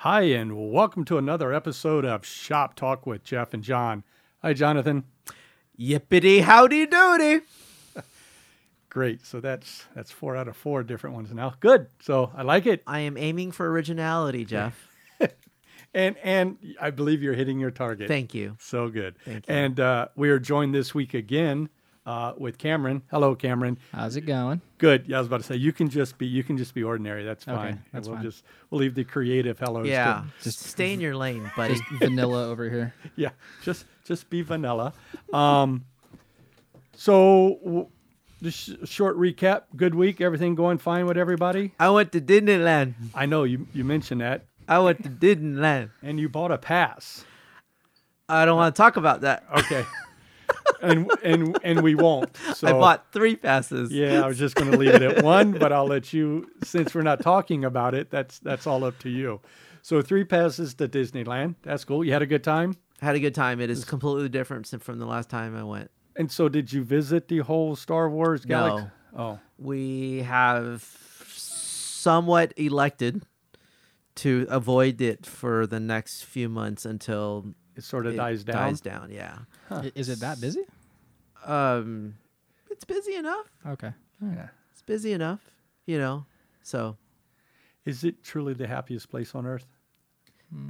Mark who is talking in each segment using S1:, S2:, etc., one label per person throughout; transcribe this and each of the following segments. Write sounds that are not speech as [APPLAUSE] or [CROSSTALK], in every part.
S1: Hi, and welcome to another episode of Shop Talk with Jeff and John. Hi, Jonathan.
S2: Yippity howdy doody.
S1: Great. So that's that's four out of four different ones now. Good. So I like it,
S2: I am aiming for originality, Jeff.
S1: and and I believe you're hitting your target.
S2: Thank you.
S1: So good.
S2: Thank you.
S1: And uh, we are joined this week again uh, with Cameron. Hello, Cameron.
S3: How's it going?
S1: Good. Yeah, I was about to say you can just be you can just be ordinary. That's fine. And
S3: that's
S1: we'll
S3: fine.
S1: just we'll leave the creative hellos. to-
S2: Yeah.
S3: Just-
S2: stay in your [LAUGHS] lane, buddy.
S3: Just vanilla over here.
S1: [LAUGHS] yeah just just be vanilla um so w- just sh- short recap good week everything going fine with everybody
S2: I went to Disneyland.
S1: i know you you mentioned that
S2: I went to Disneyland.
S1: and you bought a pass
S2: I don't want to talk about that.
S1: okay [LAUGHS] and and and we won't so
S2: I bought three passes.
S1: yeah i was just going to leave it at one but i'll let you since we're not talking about it that's that's all up to you so three passes to disneyland that's cool you had a good time
S2: Had a good time. It is completely different sin- from the last time I went.
S1: and so did you visit the whole star wars galaxy
S2: No.
S1: oh
S2: We have somewhat elected to avoid it for the next few months until
S1: it sort of
S2: it
S1: dies down
S2: Dies down, yeah.
S3: I- Is it that busy?
S2: Um, it's busy enough.
S3: Okay.
S1: yeah
S2: It's busy enough, you know. So
S1: Is it truly the happiest place on earth?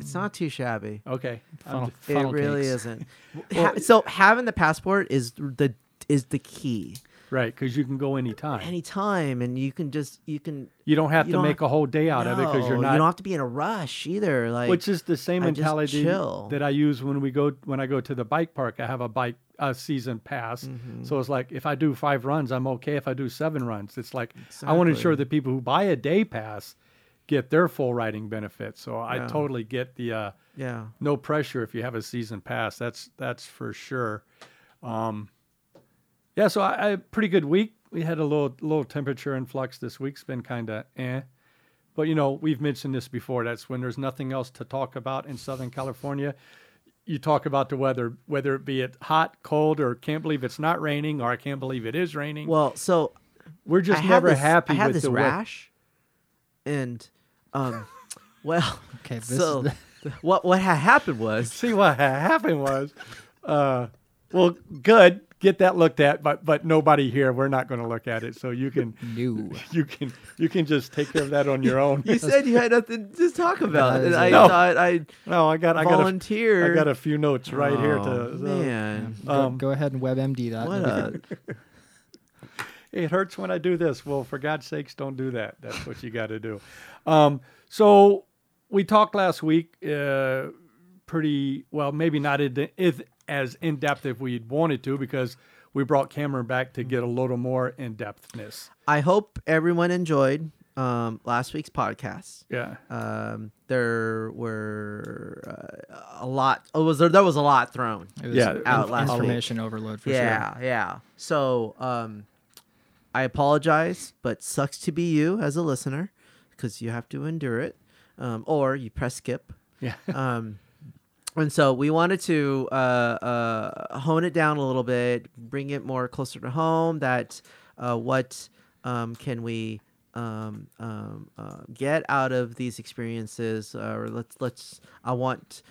S2: it's not too shabby.
S1: Okay. I'm
S3: Funnel-
S1: j-
S3: funnel
S2: it really
S1: [LAUGHS]
S3: cakes.
S2: isn't. Ha- so having the passport is the is the key.
S1: right, because you can go anytime.
S2: Anytime, and you can just you can.
S1: you don't have
S2: you
S1: to
S2: don't
S1: make a whole day out of it because you're
S2: No,
S1: not.
S2: You don't have to be in a rush either. Like
S1: which is the same
S2: I just
S1: mentality
S2: chill.
S1: that I use when we go when I go to the bike park. I have a bike a season pass,
S2: Mm-hmm.
S1: so it's like if I do five runs, I'm okay. If I do seven runs, it's like I want to ensure
S2: Exactly.
S1: that people who buy a day pass get their full riding benefit. So I
S2: Yeah.
S1: totally get the. Uh,
S2: yeah.
S1: no pressure if you have a season pass. That's that's for sure. Um, yeah, so I, I pretty good week. We had a little little temperature influx this week's been kind of eh, but you know we've mentioned this before. That's when there's nothing else to talk about in Southern California. You talk about the weather, whether it be it hot, cold, or can't believe it's not raining, or I can't believe it is raining.
S2: Well, so
S1: We're just
S2: I had
S1: never
S2: this-
S1: happy
S2: I had
S1: with
S2: this
S1: the weather.
S2: rash, and um, [LAUGHS] well,
S3: Okay. This
S2: so
S3: is the,
S2: [LAUGHS] what what had happened
S1: [LAUGHS]
S2: was
S1: see what ha- happened was uh, well good get that looked at but but nobody here we're not going to look at it so you can [LAUGHS]
S3: new.
S1: you can you can just take care of that on your own
S2: You
S1: [LAUGHS]
S2: said you had nothing to talk about, and I
S1: No.
S2: thought I
S1: no i got i got a,
S2: volunteer.
S1: I got a few notes right here
S2: Oh,
S1: to so-
S2: man.
S3: Go,
S1: Um,
S3: go ahead and WebMD that.
S2: What
S3: That'd be
S2: a
S1: it hurts when I do this. Well, for God's sakes, don't do that. That's what you got to do. Um, so we talked last week, uh, pretty well, maybe not in- if- as in depth if we'd wanted to, because we brought Cameron back to get a little more in depthness.
S2: I hope everyone enjoyed um, last week's podcast.
S1: Yeah.
S2: Um, there were uh, a lot. Oh, was there? There was a lot thrown.
S3: It was
S1: Yeah,
S3: inf-
S2: out last week.
S3: information overload for sure.
S2: yeah, yeah. So um, I apologize, but sucks to be you as a listener because you have to endure it, um, or you press skip.
S1: Yeah.
S2: Um, and so we wanted to uh, uh, hone it down a little bit, bring it more closer to home. That uh, what um, can we um, um, uh, get out of these experiences? Uh, or let's let's. I want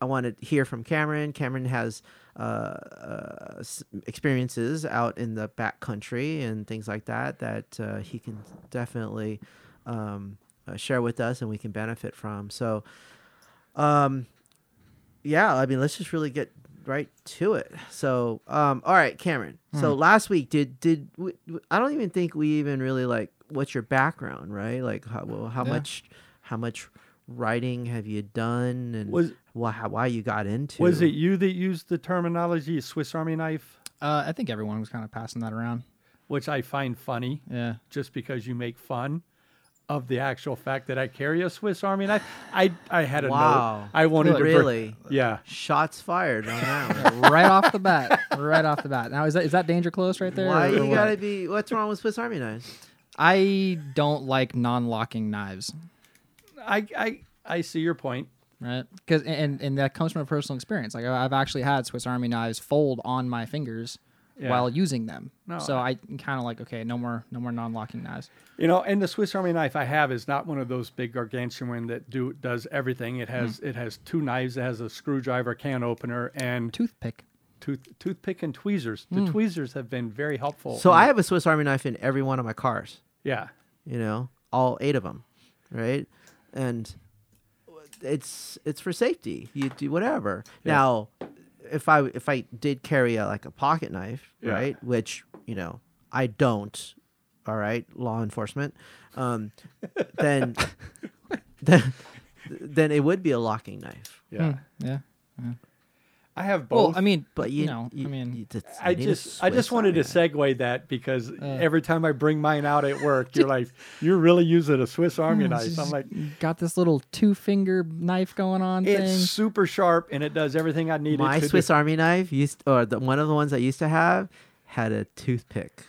S2: I want to hear from Cameron. Cameron has uh, uh, s- experiences out in the back country and things like that that uh, he can definitely um, uh, share with us and we can benefit from. So um yeah i mean let's just really get right to it so um all right cameron so last week did did we, i don't even think we even really like what's your background right like how, well, how
S3: Yeah.
S2: much how much writing have you done and
S1: Was-
S2: why, how, why you got into
S1: Was it you that used the terminology Swiss Army knife,
S3: Uh, I think everyone was kind of passing that around.
S1: which I find funny
S3: Yeah.
S1: just because you make fun of the actual fact that I carry a Swiss Army knife? I, I had a
S2: Wow.
S1: note. I wanted to. bring-
S2: really
S1: yeah.
S2: shots fired on that
S3: [LAUGHS]
S2: one.
S3: right off
S2: [LAUGHS]
S3: the bat. Right off the bat. Now is that is that danger close right there?
S2: why
S3: or
S2: you
S3: what?
S2: gotta be what's wrong with swiss army knives
S3: I don't like non-locking knives.
S1: I, I, I see your point.
S3: right? Because and and that comes from a personal experience. Like I- I've actually had Swiss Army knives fold on my fingers
S1: Yeah.
S3: while using them.
S1: No,
S3: so I kind of like okay, no more no more non-locking knives.
S1: You know, and the Swiss Army knife I have is not one of those big gargantuan that do does everything. It has it has two knives, it has a screwdriver, can opener, and
S3: Toothpick.
S1: tooth toothpick and tweezers. The tweezers have been very helpful.
S2: So
S1: in-
S2: I have a Swiss Army knife in every one of my cars.
S1: yeah,
S2: You know, all eight of them, right? And it's it's for safety. You do whatever. Now, if I if I did carry a like a pocket knife,
S1: Yeah.
S2: right? Which you know I don't. All right, law enforcement. Um,
S1: [LAUGHS]
S2: then, then, then it would be a locking knife.
S1: yeah.
S3: Hmm, yeah.
S1: I have both.
S3: Well, I mean,
S2: But you,
S3: know, I mean,
S2: it's-
S1: I
S2: you need a
S1: just I
S2: Swiss
S1: just wanted to
S2: Army knife.
S1: segue that because every time I bring mine out at work, you're like, you're really using a Swiss Army
S3: Hmm.
S1: knife. I'm
S3: [LAUGHS]
S1: like,
S3: got this little two-finger knife going on
S1: it's
S3: thing.
S1: super sharp and it does everything I need.
S2: my
S1: it to
S2: Swiss
S1: do.
S2: Army knife used, or the, one of the ones I used to have, had a toothpick.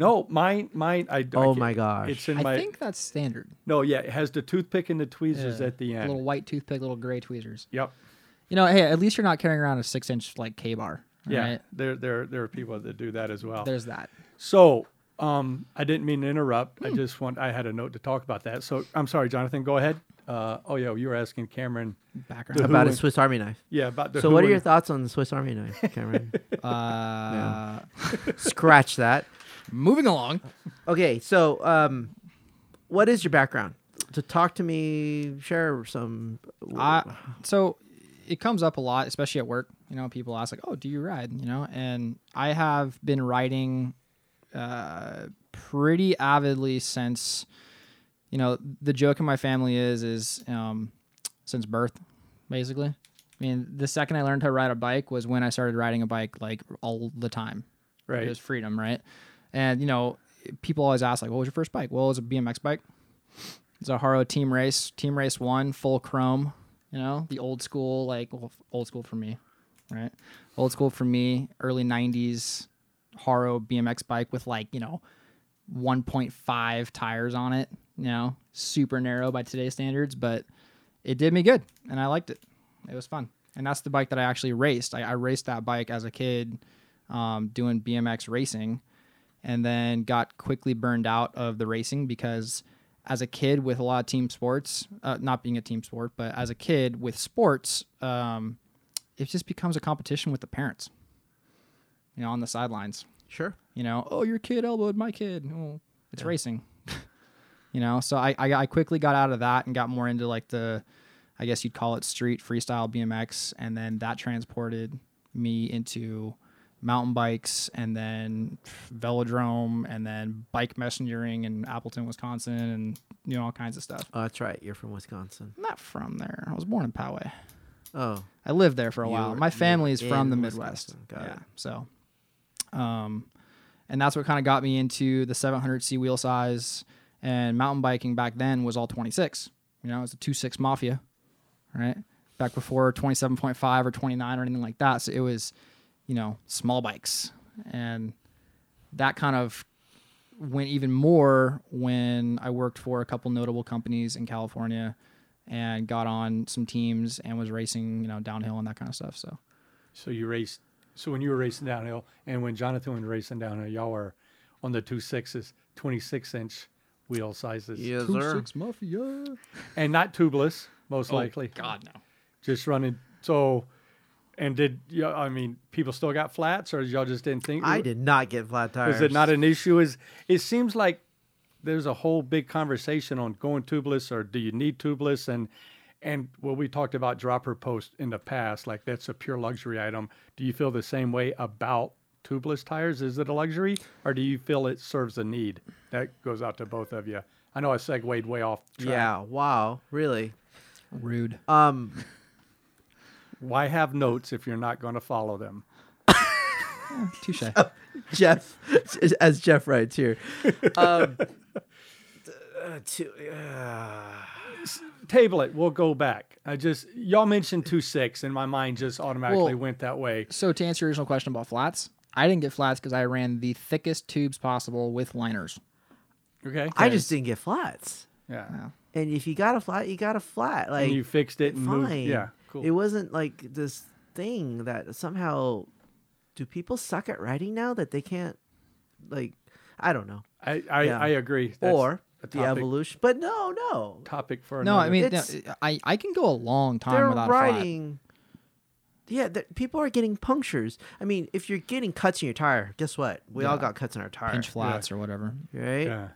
S1: No, mine mine. I, I
S2: Oh
S1: can't-
S2: my gosh.
S1: It's in
S3: I
S1: my
S3: think that's standard.
S1: no. Yeah, it has the toothpick and the tweezers
S3: Yeah.
S1: at the end.
S3: Little white toothpick, little gray tweezers.
S1: Yep.
S3: You know, hey, at least you're not carrying around a six-inch like K bar.
S1: Yeah, Oh. there, there, there are people that do that as well.
S3: There's that.
S1: so, um, I didn't mean to interrupt.
S2: Hmm.
S1: I just want, I had a note to talk about that. So, I'm sorry, Jonathan. Go ahead. Uh, oh yeah, you were asking Cameron.
S3: Background.
S1: Who
S2: about a
S1: and-
S2: Swiss Army knife.
S1: Yeah, about the.
S2: So,
S1: who
S2: what are your
S1: and-
S2: thoughts on the Swiss Army knife, [LAUGHS] Cameron?
S3: Uh,
S2: Scratch that.
S3: Moving along.
S2: Okay, so um, what is your background? To talk to me, share some.
S3: I, so it comes up a lot, especially at work. You know, people ask like, "Oh, do you ride?" You know, and I have been riding uh, pretty avidly since. You know, the joke in my family is is um, since birth, basically. I mean, the second I learned how to ride a bike was when I started riding a bike like all the time.
S1: Right.
S3: It was freedom, right? And you know, people always ask like, "What was your first bike?" Well, it was a BMX bike. It's a Haro team race, team race one, full chrome. You know, the old school, like well, old school for me, right? Old school for me, early '90s Haro BMX bike with like you know 1.5 tires on it. You know, super narrow by today's standards, but it did me good, and I liked it. It was fun, and that's the bike that I actually raced. I, I raced that bike as a kid, um, doing BMX racing and then got quickly burned out of the racing because as a kid with a lot of team sports uh, not being a team sport but as a kid with sports um, it just becomes a competition with the parents you know on the sidelines
S2: sure.
S3: you know oh your kid elbowed my kid oh, it's racing [LAUGHS] you know so I, I i quickly got out of that and got more into like the i guess you'd call it street freestyle bmx and then that transported me into mountain bikes and then velodrome and then bike messengering in appleton wisconsin and you know all kinds of stuff
S2: Oh, that's right. You're from Wisconsin.
S3: I'm not from there i was born in poway
S2: Oh,
S3: I lived there for a
S2: You
S3: while.
S2: were- you
S3: My
S2: were
S3: family is from
S2: in
S3: the Midwest.
S2: Wisconsin. Got
S3: yeah.
S2: it.
S3: So, um, and that's what kind of got me into the 700C wheel size and mountain biking back then was all 26. You know, it was the 26 mafia, right? Back before 27.5 or 29 or anything like that. So it was, you know, small bikes. And that kind of went even more when I worked for a couple notable companies in California and got on some teams and was racing, you know, downhill and that kind of stuff. So
S1: So you raced. So when you were racing downhill, and when Jonathan was racing downhill, y'all were on the two sixes, twenty six inch wheel sizes,
S2: yes, sir.
S3: mafia.
S1: and not tubeless, most likely.
S3: Oh, God no.
S1: just running. So, and did you? I mean, people still got flats, or y'all just didn't think?
S2: I did not get flat tires.
S1: Was it not an issue? Is it seems like there's a whole big conversation on going tubeless, or do you need tubeless? And and well, we talked about dropper post in the past, like that's a pure luxury item. Do you feel the same way about tubeless tires? Is it a luxury, or do you feel it serves a need? That goes out to both of you. I know I segued way off. Track.
S2: Yeah. Wow. Really.
S3: Rude.
S2: Um. [LAUGHS]
S1: Why have notes if you're not going to follow them?
S3: [LAUGHS] Touche.
S2: Jeff, [LAUGHS] as Jeff writes here. Um, uh, to, uh,
S1: table it. We'll go back. I just y'all mentioned two six, and my mind just automatically
S3: Well-
S1: went that way.
S3: so to answer your original question about flats, I didn't get flats because I ran the thickest tubes possible with liners.
S1: Okay,
S2: I just didn't get flats.
S1: yeah,
S2: And if you got a flat, you got a flat. Like
S1: and you fixed it and
S2: fine.
S1: moved. Yeah, cool.
S2: It wasn't like this thing that somehow do people suck at riding now that they can't like I don't know.
S1: I I,
S2: Yeah.
S1: I agree.
S2: or
S1: a
S2: the
S1: topic.
S2: evolution. But no, no.
S1: topic for
S3: No,
S1: another.
S3: I mean,
S2: It's-
S3: no, I I can go a long time
S2: They're
S3: without a flat.
S2: riding Yeah, th- people are getting punctures. I mean, if you're getting cuts in your tire, guess what? We all
S3: Yeah.
S2: got cuts in our tire.
S3: pinch flats or whatever.
S2: right?
S1: yeah,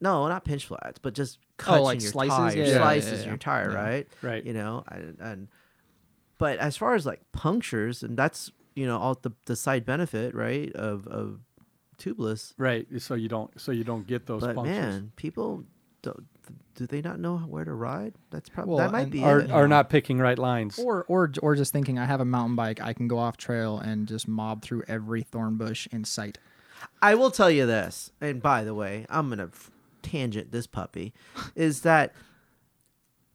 S2: No, not pinch flats, but just cuts
S3: Oh, like
S2: in your
S3: slices?
S2: tire,
S3: Yeah, yeah, yeah,
S2: slices
S3: yeah,
S2: in
S3: yeah.
S2: your tire,
S3: Yeah.
S2: right?
S1: Right.
S2: You know, and, and but as far as like punctures, and that's you know all the the side benefit, right, of of tubeless.
S1: right. So you don't so you don't get those
S2: but
S1: punctures.
S2: man, people don't. Do they not know where to ride? That's probably
S3: Well,
S2: that might
S3: and
S2: be
S1: Are
S2: it.
S1: are not picking right lines.
S3: Or or or just thinking I have a mountain bike, I can go off trail and just mob through every thorn bush in sight.
S2: I will tell you this, and by the way, I'm gonna f- tangent this puppy, is that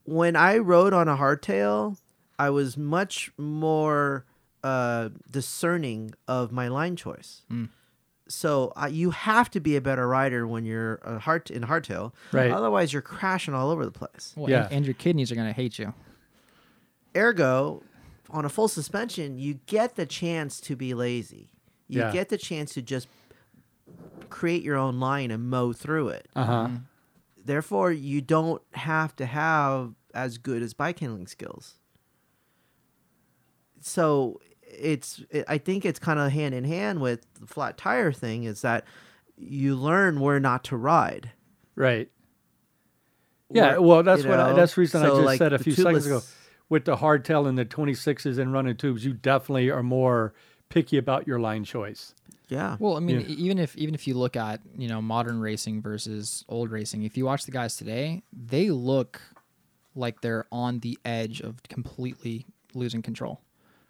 S2: when I rode on a hardtail, I was much more uh, discerning of my line choice. So uh, you have to be a better rider when you're a hard in hardtail,
S1: Right.
S2: Otherwise, you're crashing all over the place.
S3: Well,
S1: Yeah.
S3: and, and your kidneys are gonna hate you.
S2: Ergo, on a full suspension, you get the chance to be lazy. You
S1: Yeah.
S2: get the chance to just create your own line and mow through it.
S1: Uh huh.
S2: therefore you don't have to have as good as bike handling skills so it's it, i think it's kind of hand in hand with the flat tire thing is that you learn where not to ride
S1: Right. Yeah.
S2: Where-
S1: well, that's
S2: you
S1: what I,
S2: know?
S1: that's the reason I
S2: So,
S1: just
S2: like,
S1: said a
S2: the
S1: few seconds
S2: tubeless-
S1: ago. With the hardtail and the 26s and running tubes, you definitely are more picky about your line choice.
S2: yeah
S3: Well, I mean,
S1: Yeah.
S3: e- even if even if you look at you know modern racing versus old racing, if you watch the guys today, they look like they're on the edge of completely losing control.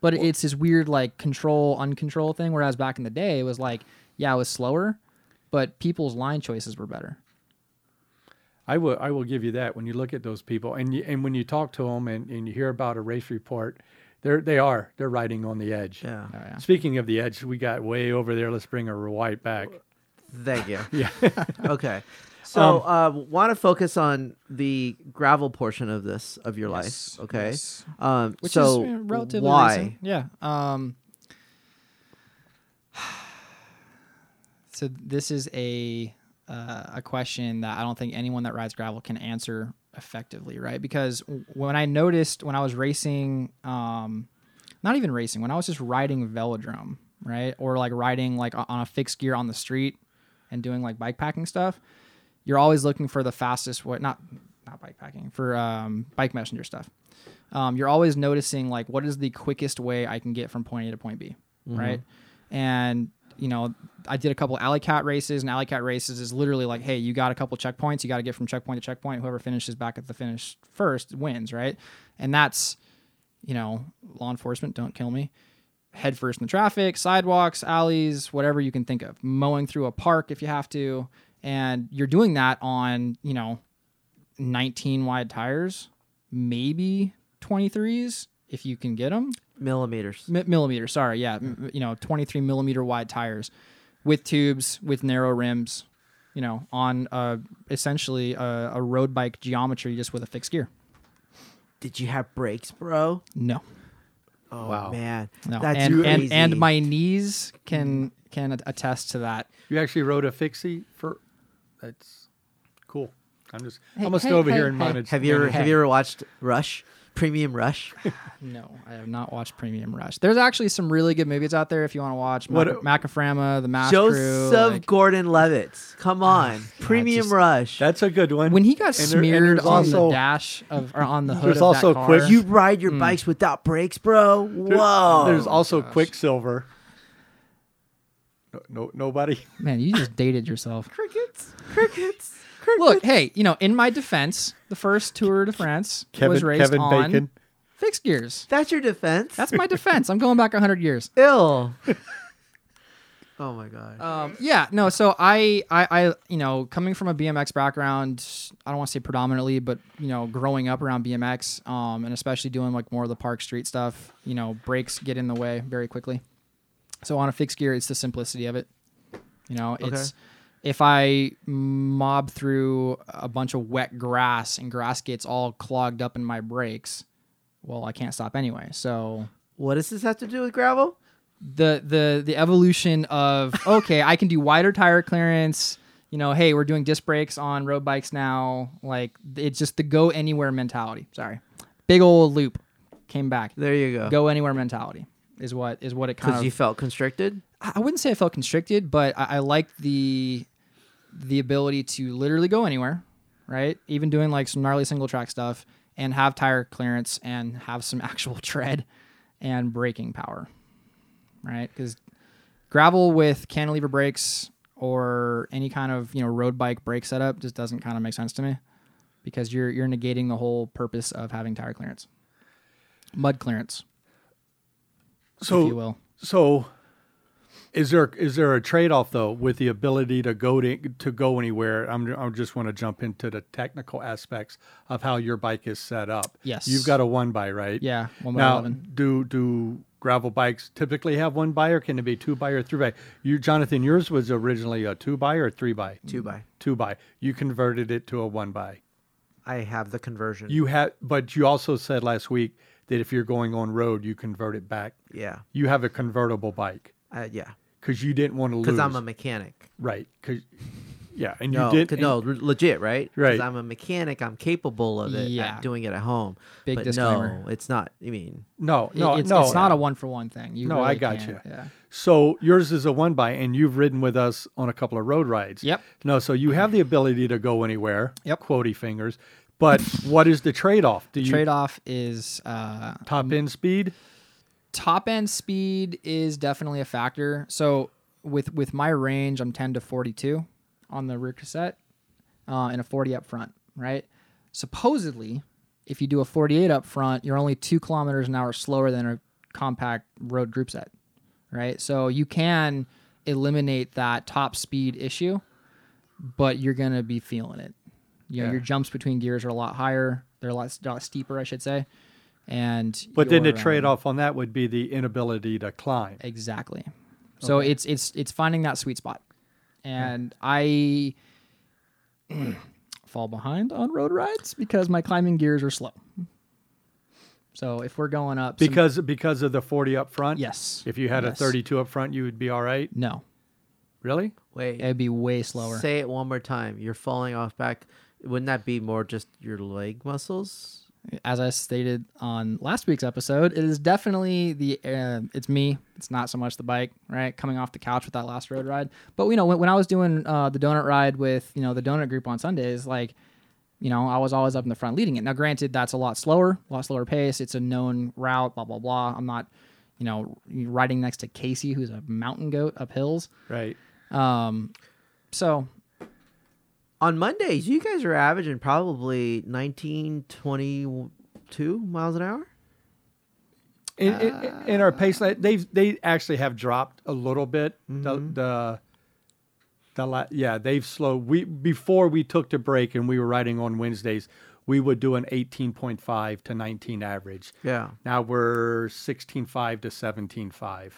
S3: But it's this weird like control uncontrol thing. Whereas back in the day, it was like, yeah, it was slower, but people's line choices were better.
S1: I will I will give you that when you look at those people and you, and when you talk to them and, and you hear about a race report, they're they are they're riding on the edge.
S2: yeah
S3: Oh, yeah.
S1: Speaking of the edge, we got way over there. Let's bring a white back.
S2: thank
S3: [LAUGHS]
S2: you
S1: Yeah.
S2: okay
S3: Um,
S2: so uh, want to focus on the gravel portion of this of your
S3: Yes,
S2: life okay
S3: yes.
S2: um
S3: which
S2: so
S3: is uh, relatively
S2: why
S3: recent. Yeah. Um, [SIGHS] so this is a uh, a question that I don't think anyone that rides gravel can answer effectively, right? Because w- when I noticed when I was racing, um, not even racing, when I was just riding velodrome, right, or like riding like o- on a fixed gear on the street and doing like bike packing stuff, you're always looking for the fastest way. Not not bike packing for um, bike messenger stuff um, you're always noticing like what is the quickest way I can get from point A to point B, right? And you know, I did a couple alley cat races, and alley cat races is literally like, hey, you got a couple checkpoints, you got to get from checkpoint to checkpoint. Whoever finishes back at the finish first wins, right? And that's, you know, law enforcement, don't kill me. Head first in the traffic, sidewalks, alleys, whatever you can think of, mowing through a park if you have to, and you're doing that on, you know, 19 wide tires, maybe 23s if you can get them.
S2: millimeters
S3: Mi- millimeter, sorry, yeah, m- you know, 23 millimeter wide tires with tubes with narrow rims, you know, on uh, essentially a, a road bike geometry just with a fixed gear.
S2: did you have brakes bro
S3: No,
S2: oh
S1: Wow.
S2: man
S3: no,
S2: that's
S3: and,
S2: crazy.
S3: and and my knees can can at- attest to that.
S1: You actually rode a fixie for that's cool. I'm just
S3: Hey,
S1: I'm gonna stay
S3: hey,
S1: over
S3: hey,
S1: here and
S3: hey.
S1: manage.
S2: Have you ever have
S3: Hey.
S2: you ever watched Rush? Premium
S3: [LAUGHS]
S2: Rush?
S3: No, I have not watched Premium Rush. There's actually some really good movies out there if you want to watch.
S1: What-
S3: Mac- Macaframa, The Mask Crew,
S2: Joseph
S3: Ah, like- Ah,
S2: Gordon Levitt. Come on. Premium
S3: just-
S2: Rush.
S1: That's a good one.
S3: when he got
S1: And there- and
S3: smeared
S1: there's
S3: on
S1: also-
S3: the dash of or on the hood
S1: There's
S3: of
S1: also
S3: that car,
S1: quick-
S2: you ride
S3: Hmm.
S2: your bikes without brakes, bro?
S1: There-
S2: Whoa.
S1: There's also Quicksilver. No, no nobody.
S3: man, you just dated yourself.
S2: crickets. Crickets. Crickets.
S3: Look, hey, you know, in my defense, the first Tour de France
S1: Kevin
S3: was raced
S1: Kevin
S3: on
S1: Bacon.
S3: fixed gears.
S2: That's your defense.
S3: That's my defense. I'm going back 100 years.
S2: ill. [LAUGHS] oh my god.
S3: Um, yeah, no. So I, I, I, you know, coming from a BMX background, I don't want to say predominantly, but you know, growing up around BMX, um, and especially doing like more of the park street stuff, you know, brakes get in the way very quickly. So on a fixed gear, it's the simplicity of it. You know, it's if I mob through a bunch of wet grass and grass gets all clogged up in my brakes, well, I can't stop anyway. So
S2: what does this have to do with gravel?
S3: the the the
S2: [LAUGHS]
S3: evolution of okay, I can do wider tire clearance. You know, hey, we're doing disc brakes on road bikes now. Like it's just the go anywhere mentality. Sorry, big old loop came back.
S2: There you go.
S3: Go anywhere mentality is what is what it kind
S2: Because
S3: of.
S2: you felt constricted.
S3: I I wouldn't say I felt constricted, but I, I liked the the ability to literally go anywhere, right? Even doing like some gnarly single track stuff and have tire clearance and have some [LAUGHS] actual tread and braking power, right? Because gravel with cantilever brakes or any kind of you know road bike brake setup just doesn't kind of make sense to me because you're you're negating the whole purpose of having tire clearance, mud clearance, if you
S1: So
S3: will.
S1: so is there is there a trade-off though with the ability to go to to go anywhere i'm i just want to jump into the technical aspects of how your bike is set up
S3: Yes.
S1: you've got a one by right
S3: Yeah, one by
S1: now
S3: eleven.
S1: do do gravel bikes typically have one by or can it be two by or three by you jonathan yours was originally a two by or three by
S2: Two by.
S1: two by you converted it to a one by
S2: I have the conversion.
S1: you had but you also said last week that if you're going on road you convert it back
S2: yeah.
S1: you have a convertible bike
S2: Uh, yeah.
S1: because you didn't want to lose
S2: Because I'm a mechanic.
S1: Right. Cause, yeah, and
S2: No,
S1: you did.
S2: 'cause-
S1: and-
S2: no, re- legit, right? 'Cause
S1: Right.
S2: I'm a mechanic. I'm capable of it.
S3: Yeah.
S2: I'm doing it at home.
S3: Big
S2: but
S3: disclaimer.
S2: no, it's not. I mean,
S1: no,
S3: It-
S1: no,
S3: it's,
S1: no.
S3: it's not a one for one thing. You
S1: no,
S3: really
S1: I got
S3: can't.
S1: you.
S3: Yeah.
S1: So yours is a one by, and you've ridden with us on a couple of road rides.
S3: Yep.
S1: No, so you have the ability to go anywhere.
S3: Yep.
S1: Quotey fingers. But what is the trade off? Do you
S3: Trade off is uh,
S1: top end speed?
S3: top end speed is definitely a factor. So with with my range, I'm 10 to 42 on the rear cassette, uh, and a 40 up front. Right. Supposedly, if you do a 48 up front, you're only two kilometers an hour slower than a compact road group set. Right. So you can eliminate that top speed issue, but you're gonna be feeling it. You know,
S1: Yeah.
S3: your jumps between gears are a lot higher. They're a lot, a lot steeper, I should say. And
S1: But then the
S3: your,
S1: trade
S3: um,
S1: off on that would be the inability to climb.
S3: Exactly. So it's it's it's finding that sweet spot. And I [CLEARS THROAT] fall behind on road rides because my climbing gears are slow. So if we're going up some-
S1: Because because of the 40 up front?
S3: yes.
S1: If you had a
S3: Yes.
S1: 32 up front, you would be all right?
S3: No.
S1: Really?
S2: wait.
S3: It'd be way slower.
S2: Say it one more time. You're falling off back. Wouldn't that be more just your leg muscles?
S3: As I stated on last week's episode, it is definitely the uh, it's me. It's not so much the bike, right? Coming off the couch with that last road ride. But you know, when, when I was doing uh, the donut ride with you know the donut group on Sundays, like you know, I was always up in the front leading it. Now, granted, that's a lot slower, a lot slower pace. It's a known route, blah, blah, blah. I'm not, you know, riding next to Casey, who's a mountain goat up hills.
S1: Right.
S3: Um, so,
S2: On Mondays, you guys are averaging probably 19, 22 miles an hour.
S1: in, in, in our pace li- they've they actually have dropped a little bit the the the la- yeah they've slowed we before we took the break and we were riding on wednesdays we would do an 18.5 to 19 average
S2: Yeah.
S1: now we're 16.5 to 17.5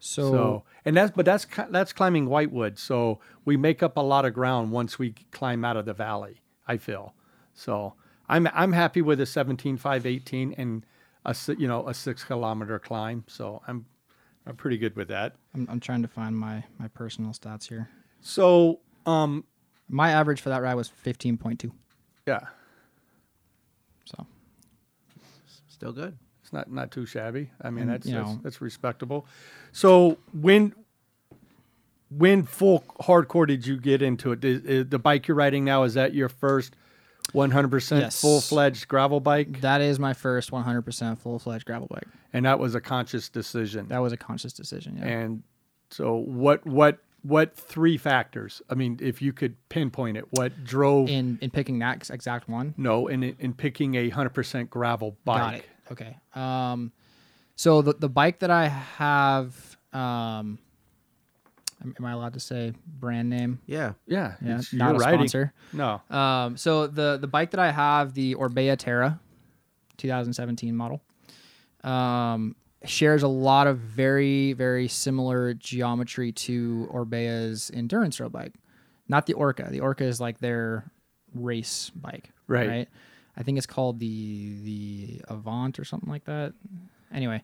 S3: so,
S1: so and that's but that's ki- that's climbing whitewood so we make up a lot of ground once we climb out of the valley i feel so i'm i'm happy with a 17 5 18 and a si- you know a six kilometer climb so i'm i'm pretty good with that
S3: I'm, I'm trying to find my, my personal stats here.
S1: so um
S3: My average for that ride was 15.2.
S1: yeah
S3: So,
S2: Still good.
S1: it's not not too shabby i mean
S3: And,
S1: that's
S3: you
S1: that's,
S3: know-
S1: that's respectable so when when full hardcore did you get into it? Is- is the bike you're riding now is that your first 100%
S3: Yes.
S1: full-fledged gravel bike
S3: that is my first 100% full fledged gravel bike.
S1: and that was a conscious decision.
S3: That was a conscious decision. Yeah.
S1: And so, what what what three factors? I mean, if you could pinpoint it, what drove
S3: in, in picking that ex- exact one,
S1: no in in picking a hundred percent gravel bike?
S3: Got it. Okay. Um, so the the bike that I have, um, am am I allowed to say brand name?
S2: Yeah.
S1: Yeah,
S3: Yeah,
S1: it's-
S3: not
S1: you're
S3: a
S1: riding-
S3: sponsor.
S1: No,
S3: Um, so the the bike that I have, the Orbea Terra, 2017 model, um, shares a lot of very very similar geometry to Orbea's endurance road bike. Not the Orca. The Orca is like their race bike,
S1: Right.
S3: right? I think it's called the the Avant or something like that. Anyway,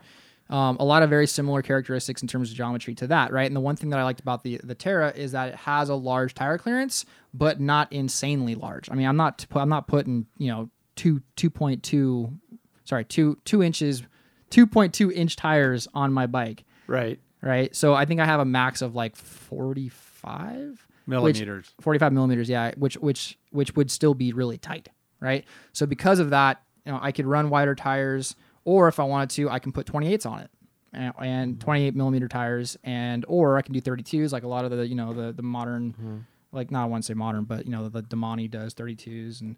S3: Um, a lot of very similar characteristics in terms of geometry to that, right? And the one thing that I liked about the the Terra is that it has a large tire clearance, but not insanely large. I mean, I'm not I'm not putting you know two two point two, sorry two two inches, two point two inch tires on my bike,
S1: Right.
S3: right? So I think I have a max of like forty five
S1: Millimeters.
S3: 45 millimeters yeah which which which would still be really tight right so because of that you know i could run wider tires or if i wanted to i can put 28s on it and, and 28 millimeter tires and or i can do 32s like a lot of the you know the the modern like not i want to say modern but you know the, the damani does 32s and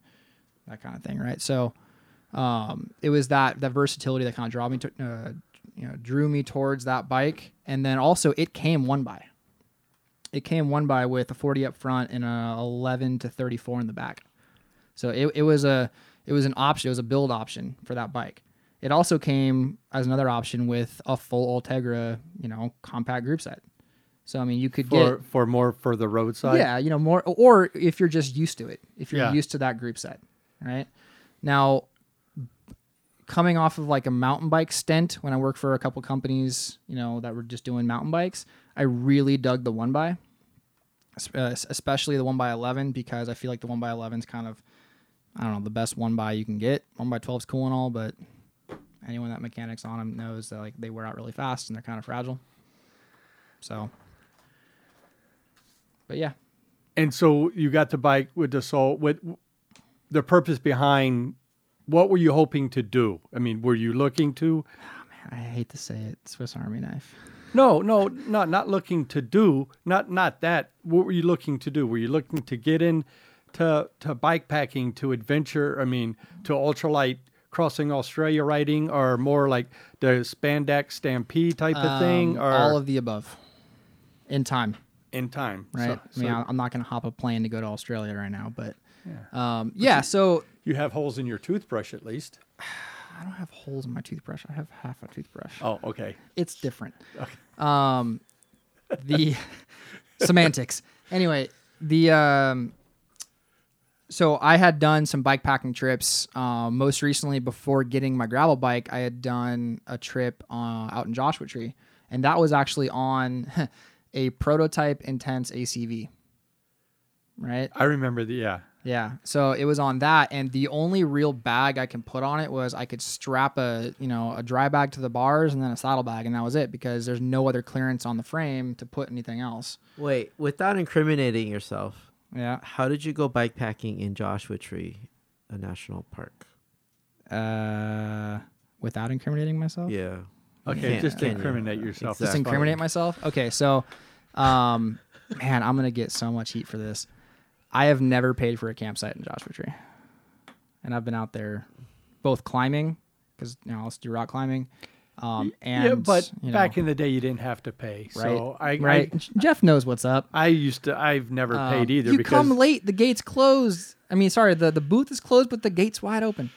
S3: that kind of thing right so um it was that that versatility that kind of drew me to uh, you know drew me towards that bike and then also it came one by it came one by with a 40 up front and a 11 to 34 in the back. So it, it was a it was an option. It was a build option for that bike. It also came as another option with a full Ultegra, you know, compact group set. So I mean, you could
S1: For
S3: get
S1: for more for the roadside.
S3: yeah, you know, more or if you're just used to it, if you're
S1: Yeah.
S3: used to that group set, right? Now, coming off of like a mountain bike stint when I worked for a couple companies, you know, that were just doing mountain bikes, I really dug the one by, es- uh, especially the one by eleven because I feel like the one by eleven is kind of, I don't know, the best one by you can get. One by twelve is cool and all, but anyone that mechanics on them knows that like they wear out really fast and they're kind of fragile. So, but yeah,
S1: And so you got the bike with the soul. With the purpose behind, what were you hoping to do? I mean, were you looking to?
S3: I hate to say it, Swiss Army knife.
S1: No, no, not not looking to do. Not not that. What were you looking to do? Were you looking to get in to to bike packing, to adventure? I mean, to ultralight crossing Australia riding, or more like the spandex stampede type of thing, or
S3: Um, all of the above, in time,
S1: in time, So-
S3: right?
S1: So,
S3: I mean, I- I'm not going to hop a plane to go to Australia right now, but yeah. Um, yeah. So
S1: you have holes in your toothbrush at least.
S3: I don't have holes in my toothbrush. I have half a toothbrush.
S1: Oh, okay.
S3: It's different. Um, the [LAUGHS] semantics. Anyway, the um, so I had done some bike packing trips. Uh, most recently, before getting my gravel bike, I had done a trip uh, out in Joshua Tree, and that was actually on [LAUGHS] a prototype intense ACV. Right.
S1: I remember the yeah.
S3: Yeah. So it was on that, and the only real bag I can put on it was I could strap a you know a dry bag to the bars and then a saddle bag, and that was it because there's no other clearance on the frame to put anything else.
S2: Wait, without incriminating yourself,
S3: Yeah.
S2: how did you go bikepacking in Joshua Tree, a national park?
S3: Uh, without incriminating myself.
S2: Yeah.
S1: Okay,
S2: Can't-
S1: just
S2: can't-
S1: incriminate yourself.
S3: Just
S2: That's
S3: incriminate myself. Okay. So, um, [LAUGHS] man, I'm gonna get so much heat for this. I have never paid for a campsite in Joshua Tree, and I've been out there both climbing because you know I also do rock climbing. Um, and
S1: yeah, but
S3: you know,
S1: back in the day, you didn't have to pay. So I,
S3: right. Jeff knows what's up.
S1: I, I used to. I've never paid
S3: Um,
S1: either.
S3: You
S1: because,
S3: come late, the gate's closed. I mean, sorry, the, the booth is closed, but the gate's wide open.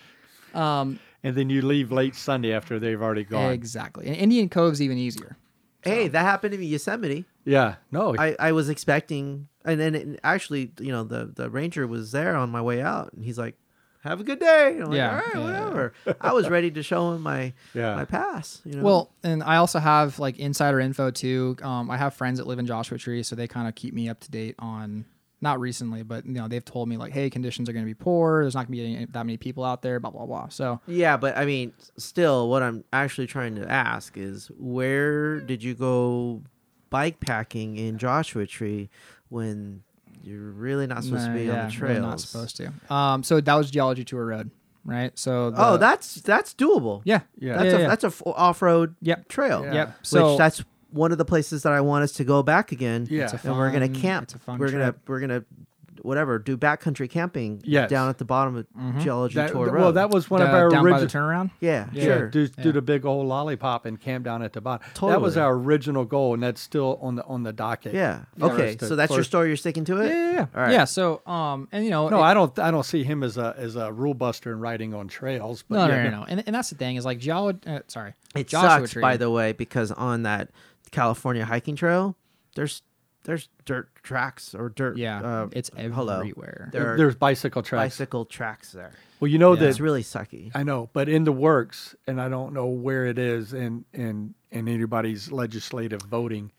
S3: Um,
S1: and then you leave late Sunday after they've already gone.
S3: exactly. And Indian Cove's even easier.
S2: Hey, that happened to me Yosemite.
S1: Yeah, no,
S2: I, I was expecting, and then it- actually, you know, the, the ranger was there on my way out, and he's like, "Have a good day." And I'm like,
S3: Yeah,
S2: all right,
S3: yeah, yeah, yeah.
S2: whatever. I was ready to show him my
S1: Yeah.
S2: my pass. You know,
S3: Well, and I also have like insider info too. Um, I have friends that live in Joshua Tree, so they kind of keep me up to date on not recently, but you know they've told me like, hey, conditions are going to be poor. There's not going to be any, that many people out there. Blah blah blah. So
S2: yeah, but I mean, still, what I'm actually trying to ask is, where did you go bikepacking in Joshua Tree when you're really not supposed
S3: Nah,
S2: to be
S3: yeah,
S2: on the
S3: really
S2: trails?
S3: not supposed to. Um, so that was Geology Tour Road, right? So the,
S2: Oh, that's that's doable.
S3: yeah,
S1: Yeah.
S2: That's
S3: yeah,
S2: a
S3: yeah.
S2: that's a f- off-road
S3: Yep.
S2: trail.
S1: Yeah.
S3: Yep. So
S2: which that's one of the places that I want us to go back again.
S1: Yeah. It's a
S2: and we're gonna
S3: fun-
S2: camp.
S3: it's a fun
S2: we're gonna
S3: trip.
S2: we're gonna whatever do backcountry camping.
S1: Yes.
S2: down at the bottom of
S3: Mm-hmm.
S2: Geology
S1: that,
S2: Tour
S1: th-
S2: Road.
S1: well, that was one of
S3: Da-
S1: our
S3: Uh, down by the
S1: original.
S3: turnaround.
S2: yeah,
S1: Yeah,
S2: sure.
S1: do, do the big old lollipop and camp down at the bottom. That was
S2: Totally.
S1: our original goal, and that's still on the on the docket.
S2: yeah.
S1: for
S2: Okay,
S1: us to-
S2: so that's
S1: for
S2: your
S1: us-
S2: story. You're sticking to it.
S3: Yeah, yeah, yeah.
S2: All right.
S3: Yeah, So, um, and you know,
S1: No,
S3: it-
S1: I don't. I don't see him as a as a rule buster and riding on trails. But
S3: no, no,
S1: yeah,
S3: no, no, And, and that's the thing is like geology. Uh, sorry,
S2: It
S3: Joshua
S2: sucks,
S3: Tree.
S2: by the way, because on that California hiking trail, there's there's dirt tracks or dirt.
S3: Yeah,
S2: uh,
S3: it's
S2: hello.
S3: everywhere.
S2: There are
S1: There's bicycle tracks.
S2: bicycle tracks there.
S1: Well, you know
S3: Yeah.
S1: that
S2: It's really sucky.
S1: I know, but in the works, and I don't know where it is in in in anybody's legislative voting.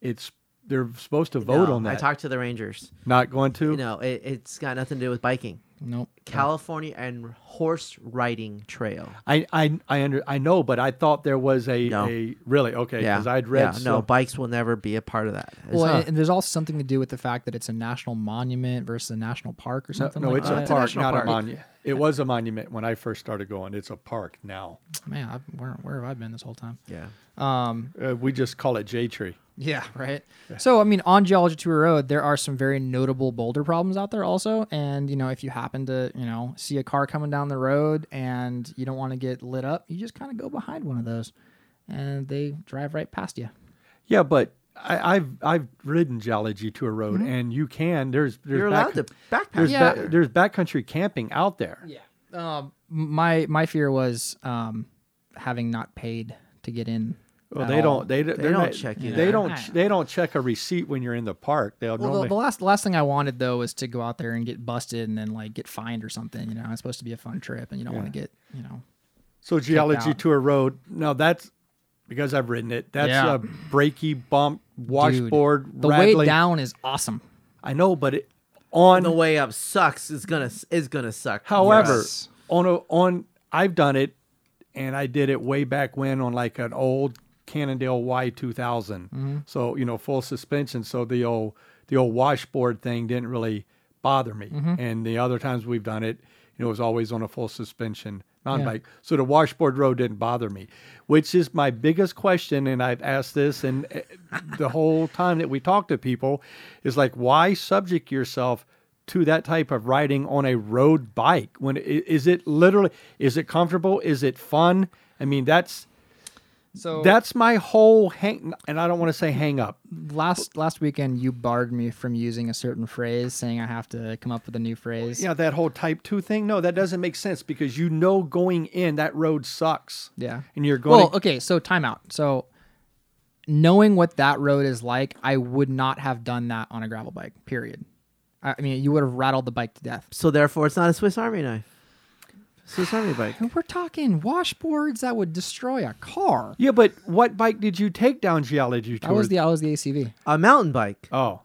S1: It's they're supposed to vote
S2: No,
S1: on that.
S2: I talked to the Rangers.
S1: Not going to.
S2: You know, it, it's got nothing to do with biking.
S3: Nope.
S2: California and horse riding trail.
S1: I I I under I know, but I thought there was a
S2: No.
S1: a really okay
S2: yeah,
S1: because I'd read
S2: yeah, no,
S1: some-
S2: bikes will never be a part of that. It's
S3: Well,
S2: not-
S3: and- and there's also something to do with the fact that it's a national monument versus a national park or something.
S1: no,
S3: like
S1: it's
S3: that.
S1: a
S2: It's a
S1: park,
S2: national
S1: not
S2: park.
S1: a monument. It was a monument when I first started going. It's a park now.
S3: Man, I, where where have I been this whole time?
S2: yeah,
S3: Um,
S1: Uh, we just call it J Tree.
S3: yeah, right. So I mean, on Geology Tour Road, there are some very notable boulder problems out there also, and you know, if you happen to you know see a car coming down the road and you don't want to get lit up, you just kind of go behind one of those, and they drive right past you.
S1: Yeah, but I, I've I've ridden Geology Tour Road, and you can. There's there's
S2: Mm-hmm. you're
S1: back-
S2: allowed to backpack.
S1: There's
S3: Yeah.
S1: back, there's backcountry camping out there.
S3: Yeah. Um, my my fear was um, having not paid to get in.
S1: Well,
S3: at
S1: they
S3: all.
S1: don't. They,
S2: They
S1: they're
S2: don't
S1: not-
S2: check you
S1: They
S2: there.
S1: don't.
S3: I
S1: ch-
S3: know.
S1: They don't check a receipt when you're in the park. They'll
S3: Well, the,
S1: normally.
S3: the last the last thing I wanted though was to go out there and get busted and then like get fined or something. You know, it's supposed to be a fun trip, and you don't want to get you know.
S1: so geology
S3: out.
S1: tour road. Now that's because I've ridden it. That's
S3: Yeah.
S1: a breaky bump
S3: Dude,
S1: washboard.
S3: the way
S1: rattling.
S3: down is awesome.
S1: I know, but it, on
S2: The way up sucks. Is gonna is gonna suck. for
S1: However,
S2: us.
S3: Yes.
S1: on a, on I've done it, and I did it way back when on like an old Cannondale Y two
S3: Mm-hmm.
S1: So you know, full suspension. So the old the old washboard thing didn't really bother me.
S3: Mm-hmm.
S1: And the other times we've done it, you know, it was always on a full suspension mountain
S3: Yeah.
S1: bike. So the washboard road didn't bother me, which is my biggest question. And I've asked this, and eh, the whole time that we talk to people, is like, why subject yourself to that type of riding on a road bike? When i- is it literally? Is it comfortable? Is it fun? I mean, that's
S3: So
S1: that's my whole hang, and I don't want to say hang up.
S3: last last weekend you barred me from using a certain phrase, saying I have to come up with a new phrase.
S1: Yeah, that whole type two thing. No, that doesn't make sense because you know going in that road sucks.
S3: Yeah.
S1: and you're going.
S3: Well, okay, so timeout. So knowing what that road is like, I would not have done that on a gravel bike. Period. I I mean, you would have rattled the bike to death.
S2: so therefore, it's not a Swiss Army knife. Swiss Army bike.
S3: And we're talking washboards that would destroy a car.
S1: yeah, but what bike did you take down geology tour?
S3: That was the I was the ACV.
S2: A mountain bike.
S1: oh,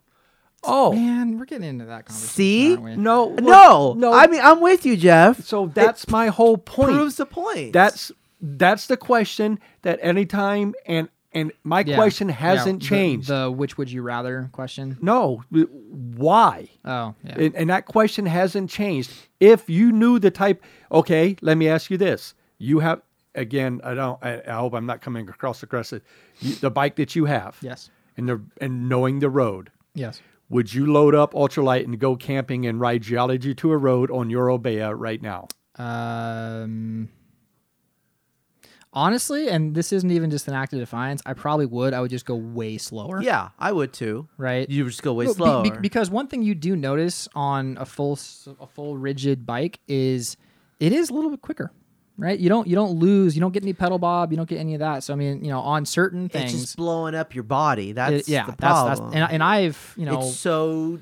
S1: oh
S3: Man, we're getting into that conversation.
S2: See?
S3: aren't we?
S1: no,
S2: Uh, no,
S1: well, no.
S2: I mean, I'm with you, Jeff.
S1: so that's my whole point.
S2: proves the point.
S1: That's that's the question that anytime and and my
S3: Yeah.
S1: question
S3: Yeah,
S1: hasn't
S3: the-
S1: changed.
S3: The, which would you rather question?
S1: no, why?
S3: Oh, yeah.
S1: And, and that question hasn't changed. If you knew the type, okay, let me ask you this: You have again. I don't. I, I hope I'm not coming across aggressive. You, the bike that you have,
S3: yes.
S1: and the and knowing the road,
S3: Yes.
S1: would you load up ultralight and go camping and ride geology to a road on your Obeah right now?
S3: Um, honestly, and this isn't even just an act of defiance. I probably would. I would just go way slower.
S2: yeah, I would too.
S3: Right.
S2: You just go way
S3: Well,
S2: slower.
S3: be- be- because one thing you do notice on a full s- a full rigid bike is it is a little bit quicker, right? You don't you don't lose, you don't get any pedal bob, you don't get any of that. So I mean, you know, on certain
S2: it's
S3: things,
S2: just blowing up your body.
S3: it-
S2: That's
S3: yeah,
S2: the
S3: that's,
S2: problem.
S3: that's and, I- and I've you know,
S2: it's so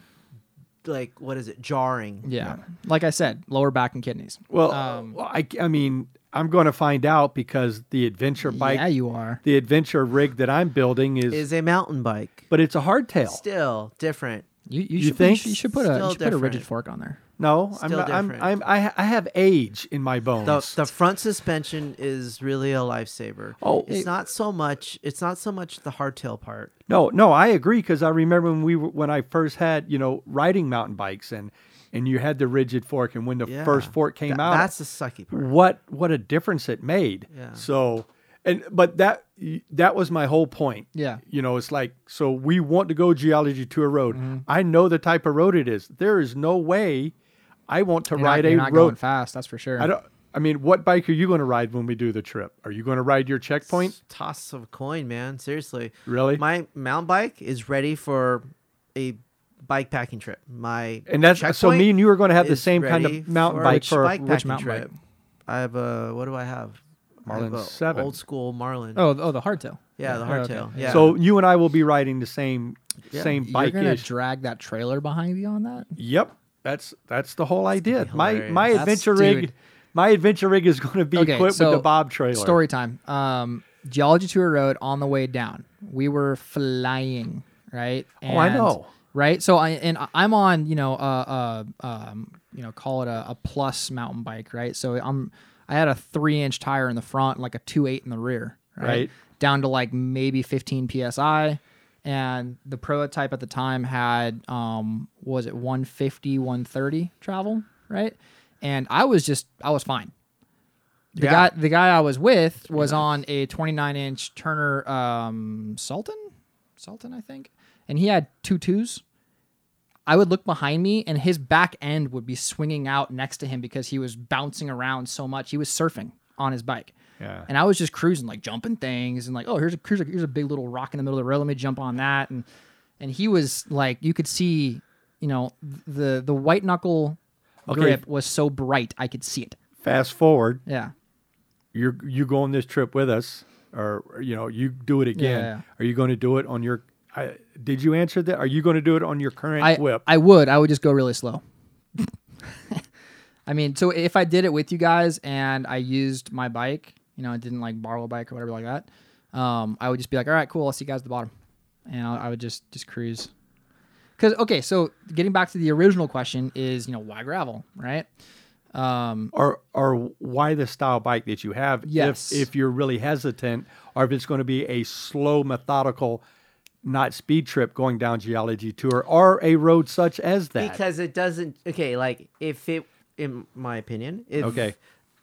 S2: like what is it? Jarring.
S3: yeah, like I said, lower back and kidneys.
S1: Well,
S2: Um,
S1: well, I, I mean, I'm going to find out because the adventure bike,
S3: yeah, you are.
S1: the adventure rig that I'm building is,
S2: Is a mountain bike
S1: but it's a hardtail.
S2: still different?
S3: You you,
S1: You
S3: should, think
S1: think?
S3: you should put a you
S2: Still
S3: should put a rigid
S2: different.
S3: fork on there.
S1: no, I'm
S2: still
S1: not. I'm,
S2: different.
S1: I'm, I, ha- I have age in my bones.
S2: The, the front suspension is really a lifesaver.
S1: Oh,
S2: it's
S1: it-
S2: not so much. It's not so much the hardtail part.
S1: no, no, I agree because I remember when we were, when I first had you know riding mountain bikes and and you had the rigid fork and when the
S2: Yeah.
S1: first fork came
S2: Th-
S1: out,
S2: That's the sucky part.
S1: what what a difference it made.
S2: Yeah.
S1: So and but that that was my whole point.
S3: Yeah.
S1: You know, it's like so we want to go geology to a road.
S2: Mm-hmm.
S1: I know the type of road it is. There is no way I want to
S3: You're not-
S1: ride
S3: you're
S1: a
S3: not going
S1: road.
S3: fast, that's for sure.
S1: I don't. I mean, what bike are you going to ride when we do the trip? Are you going to ride your checkpoint?
S2: Toss of a coin, man. Seriously.
S1: Really?
S2: My mountain bike is ready for a bike packing trip. My
S1: And that's so.
S2: checkpoint
S1: Me and you are going to have the
S2: is
S1: same kind
S2: ready
S1: of mountain
S2: for
S1: bike
S2: a
S1: for
S2: bike
S3: which
S2: packing
S3: mountain
S2: trip. I have a what do I have? I have
S1: Marlin
S2: a
S1: 7.
S2: Old school Marlin.
S3: oh, oh, the hardtail.
S2: yeah, the
S3: Oh, okay.
S2: hardtail. Yeah.
S1: So you and I will be riding the same
S2: Yeah.
S1: same
S3: You're
S1: bike
S3: gonna
S1: ish.
S3: drag that trailer behind you on that?
S1: Yep, that's that's the whole idea.
S2: be
S1: My
S2: hilarious.
S1: my
S3: That's-
S1: adventure rig,
S3: dude.
S1: my adventure rig is going to be
S3: Okay,
S1: equipped
S3: so,
S1: with the Bob trailer.
S3: Story time. Um, Geology Tour Road on the way down. We were flying, right?
S1: Oh, I
S3: And-
S1: know.
S3: Right? So I and I- I'm on, you know, uh, uh um, you know, call it a, a plus mountain bike, right? So I'm I had a three inch tire in the front, and like a two eight in the rear, right?
S1: Right.
S3: Down to like maybe fifteen PSI. And the prototype at the time had um was it 150, 130 travel, right? And I was just I was fine. The
S1: Yeah.
S3: guy the guy I was with was on a 29 inch Turner um, Sultan, Sultan I think, and he had two twos. I would look behind me, and his back end would be swinging out next to him because he was bouncing around so much. He was surfing on his bike.
S1: Yeah.
S3: And I was just cruising, like jumping things, and like, oh, here's a here's a, here's a big little rock in the middle of the road. Let me jump on that. And and he was like, you could see, you know, the the white knuckle
S1: Okay.
S3: grip was so bright, I could see it.
S1: Fast forward,
S3: Yeah.
S1: you're you go on this trip with us, or or, you know you do it again.
S3: yeah.
S1: Are you going to do it on your? I, did you answer that? Are you going to do it on your current
S3: I,
S1: whip?
S3: I would. I would just go really slow. I mean, so if I did it with you guys and I used my bike, you know, I didn't like borrow a bike or whatever like that, um, I would just be like, all right, cool, I'll see you guys at the bottom. And I, I would just just cruise. Because, okay, so getting back to the original question is, you know, why gravel, right? Um,
S1: or or why the style bike that you have?
S3: Yes.
S1: If, if you're really hesitant, or if it's going to be a slow, methodical, not speed trip going down geology tour, or a road such as that.
S2: because it doesn't okay like if it in my opinion if
S1: Okay.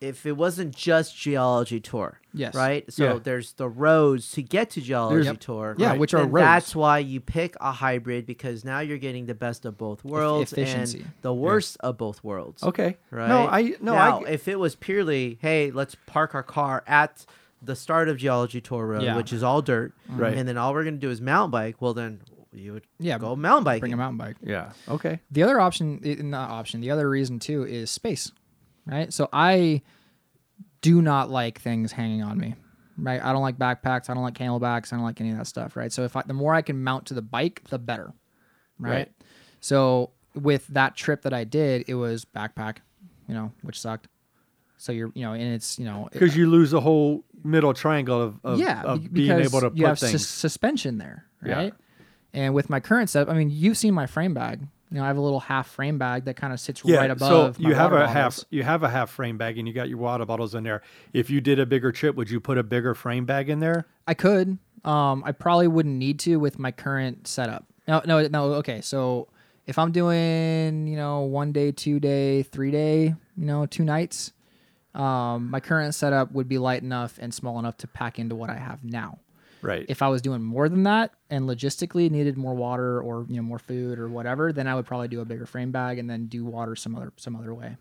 S2: if it wasn't just geology tour
S3: Yes.
S2: right so
S1: Yeah.
S2: there's the roads to get to geology
S1: Yep.
S2: tour
S3: Yeah, Right. which are
S2: Then
S3: roads.
S2: that's why you pick a hybrid because now you're getting the best of both worlds
S3: efficiency.
S2: and the worst of both worlds
S1: okay.
S2: right
S1: No, I no
S2: now,
S1: I
S2: if it was purely hey let's park our car at the start of geology tour road
S3: Yeah.
S2: which is all dirt
S1: Right.
S2: and then all we're gonna do is mountain bike well then you would
S3: Yeah,
S2: go mountain bike
S3: bring a mountain bike.
S1: yeah. Okay.
S3: The other option, eh, not option, the other reason too is space, right? So I do not like things hanging on me, right? I don't like backpacks. I don't like camelbacks. I don't like any of that stuff, right? So if I, the more I can mount to the bike, the better, right?
S1: Right.
S3: So with that trip that I did, it was backpack, you know, which sucked. So you're, you know, and it's, you know,
S1: because you lose the whole middle triangle of, of,
S3: yeah,
S1: of
S3: be-
S1: being
S3: because
S1: able to
S3: you have
S1: put
S3: sus-
S1: things.
S3: suspension there,
S1: Yeah.
S3: right? And with my current setup, I mean, you've seen my frame bag. You know, I have a little half frame bag that kind of sits right above.
S1: so
S3: my
S1: you have a
S3: water
S1: half
S3: bottles.
S1: you have a half frame bag and you got your water bottles in there. If you did a bigger trip, would you put a bigger frame bag in there?
S3: I could. Um, I probably wouldn't need to with my current setup. No, no, no. Okay, so if I'm doing, you know, one day, two day, three day, you know, two nights, um, my current setup would be light enough and small enough to pack into what I have now.
S1: Right.
S3: if I was doing more than that and logistically needed more water or you know more food or whatever, then I would probably do a bigger frame bag and then do water some other some other way.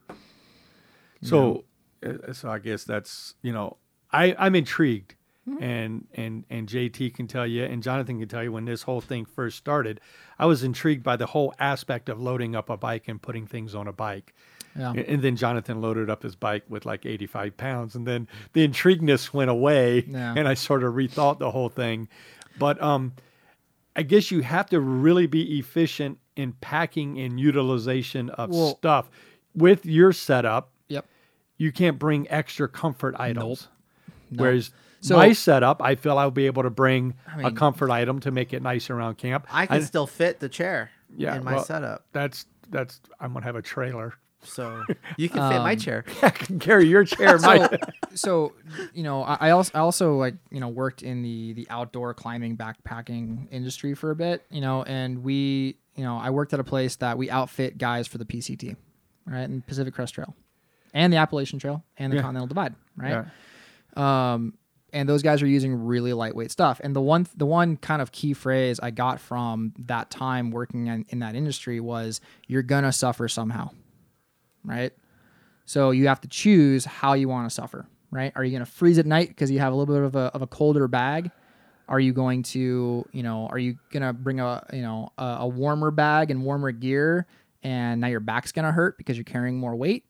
S1: so uh, so I guess that's you know I I'm intrigued.
S3: Mm-hmm.
S1: And and and JT can tell you, and Jonathan can tell you when this whole thing first started, I was intrigued by the whole aspect of loading up a bike and putting things on a bike.
S3: Yeah.
S1: And, and then Jonathan loaded up his bike with like 85 pounds, and then the intrigueness went away,
S3: Yeah.
S1: and I sort of rethought the whole thing. But um, I guess you have to really be efficient in packing and utilization of
S3: Well-
S1: stuff. With your setup,
S3: Yep.
S1: you can't bring extra comfort items. Whereas
S3: So-
S1: my setup, I feel I'll be able to bring a
S3: mean-
S1: comfort item to make it nice around camp.
S2: I can still fit the chair
S1: Yeah,
S2: in my
S1: well-
S2: setup.
S1: that's that's I'm gonna have a trailer. [LAUGHS]
S2: So you can fit my chair.
S1: I can carry your chair,
S3: So,
S1: Mike.
S3: so you know, I, I also I also like you know worked in the the outdoor climbing backpacking industry for a bit, you know, and we you know I worked at a place that we outfit guys for the PCT, right, and Pacific Crest Trail, and the Appalachian Trail and the
S1: Yeah.
S3: Continental Divide, right. um, and those guys are using really lightweight stuff. And the one the one kind of key phrase I got from that time working in, in that industry was you're gonna suffer somehow, right? So you have to choose how you want to suffer, right? Are you gonna freeze at night because you have a little bit of a of a colder bag? Are you going to you know are you gonna bring a you know a, a warmer bag and warmer gear? And now your back's gonna hurt because you're carrying more weight.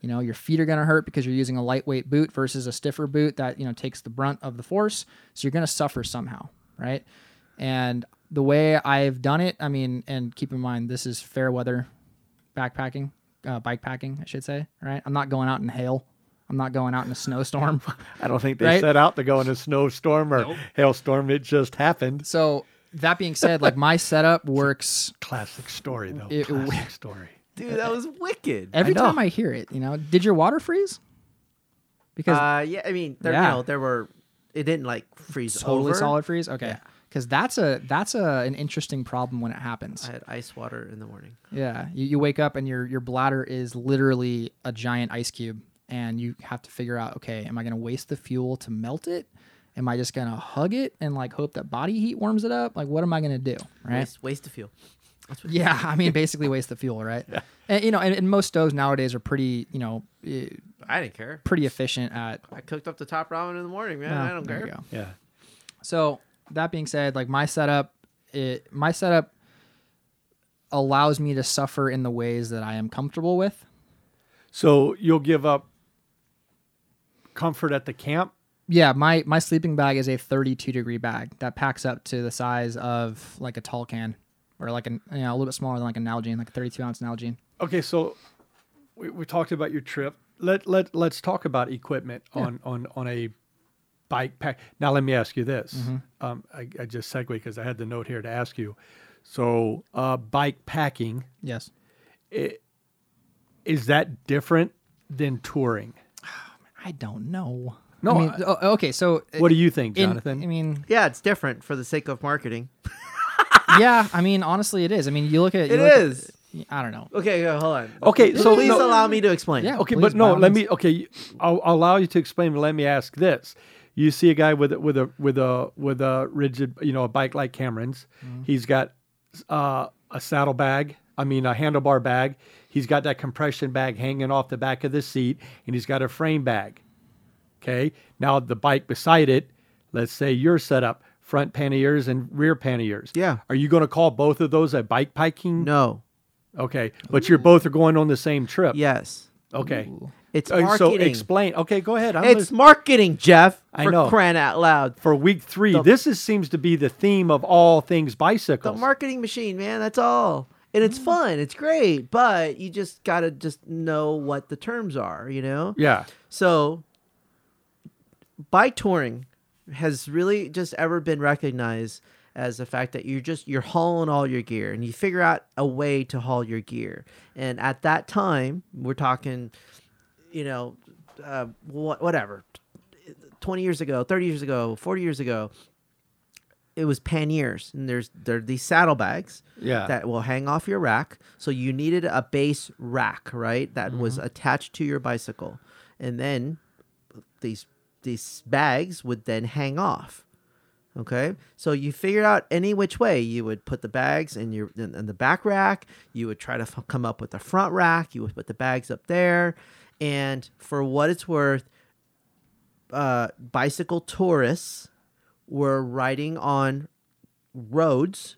S3: You know, your feet are going to hurt because you're using a lightweight boot versus a stiffer boot that, you know, takes the brunt of the force. So you're going to suffer somehow, right? And the way I've done it, I mean, and keep in mind this is fair weather backpacking, uh, bike packing, I should say. Right? I'm not going out in hail. I'm not going out in a snowstorm. [LAUGHS]
S1: I don't think they
S3: Right?
S1: set out to go in a snowstorm or hailstorm. It just happened.
S3: so that being said, like my setup works.
S1: Classic story, though.
S3: It-
S1: Classic
S3: [LAUGHS]
S1: story.
S2: Dude, that was wicked.
S3: Every
S1: know.
S3: time I hear it, you know, did your water freeze? Because
S2: Uh, yeah, I mean, there,
S3: Yeah.
S2: you know, there were. It didn't like freeze
S3: totally
S2: over.
S3: solid freeze. Okay, because that's a that's a an interesting problem when it happens.
S2: I had ice water in the morning.
S3: yeah, you, you wake up and your your bladder is literally a giant ice cube, and you have to figure out, okay, am I gonna waste the fuel to melt it? Am I just gonna hug it and like hope that body heat warms it up? Like, what am I gonna do? Right?
S2: Waste, waste of fuel. That's what
S3: [LAUGHS] Yeah, I mean, basically waste the fuel, right? And you know, and, and most stoves nowadays are pretty, you know, eh,
S2: I didn't care.
S3: pretty efficient at. oh,
S2: I cooked up the top ramen in the morning, man. I don't
S3: There you
S2: care.
S3: go.
S1: Yeah.
S3: So that being said, like my setup, it my setup allows me to suffer in the ways that I am comfortable with.
S1: So you'll give up comfort at the camp.
S3: Yeah, my my sleeping bag is a 32 degree bag that packs up to the size of like a tall can, or like an you know a little bit smaller than like an Nalgene, like a 32 ounce Nalgene.
S1: Okay, so we, we talked about your trip. Let let let's talk about equipment on on on a bike pack. Now let me ask you this. Um, I, I just segue because I had the note here to ask you. So uh, bike packing
S3: Yes.
S1: is that different than touring?
S3: I don't know.
S1: No,
S3: I mean,
S1: I-
S3: oh, okay. So
S1: What do you think,
S3: in-
S1: Jonathan?
S3: I mean,
S2: Yeah, it's different for the sake of marketing.
S3: yeah, I mean, honestly, it is. I mean, you look at you
S2: It
S3: look at-
S2: is.
S3: I don't know.
S2: Okay, yeah, hold on.
S1: Okay, Oh, so
S2: please
S1: no-
S2: allow me to explain.
S3: Yeah.
S1: Okay,
S3: Please,
S1: but
S3: by
S1: no,
S3: all
S1: let me.
S3: means.
S1: Okay, I'll, I'll allow you to explain. But let me ask this: You see a guy with a with a with a with a rigid, you know, a bike like Cameron's.
S2: Mm-hmm.
S1: He's got uh, a saddle bag. I mean, a handlebar bag. He's got that compression bag hanging off the back of the seat, and he's got a frame bag. Okay, now the bike beside it. Let's say your setup: front panniers and rear panniers.
S2: Yeah.
S1: Are you going to call both of those a bike piking?
S2: No.
S1: Okay, but you're both are going on the same trip.
S2: Yes.
S1: Okay.
S2: It's
S1: Uh, so
S2: marketing.
S1: explain. Okay, go ahead. I'm
S2: it's
S1: lis-
S2: marketing, Jeff.
S1: I
S2: for
S1: know.
S2: Crying out loud.
S1: for week three. this is, seems to be the theme of all things
S2: The
S1: bicycles.
S2: marketing machine, man. That's all. And it's fun. It's great. But you just gotta just know what the terms are. You know.
S1: yeah,
S2: So, bike touring has really just ever been recognized as the fact that you're just you're hauling all your gear and you figure out a way to haul your gear. And at that time, we're talking, you know, uh, wha- whatever, twenty years ago, thirty years ago, forty years ago. It was panniers, and there's there are these saddlebags
S1: yeah,
S2: that will hang off your rack. So you needed a base rack, right? That was attached to your bicycle. And then these these bags would then hang off. Okay? So you figured out any which way you would put the bags in your in, in the back rack, you would try to f- come up with the front rack, you would put the bags up there. And for what it's worth, uh, bicycle tourists were riding on roads,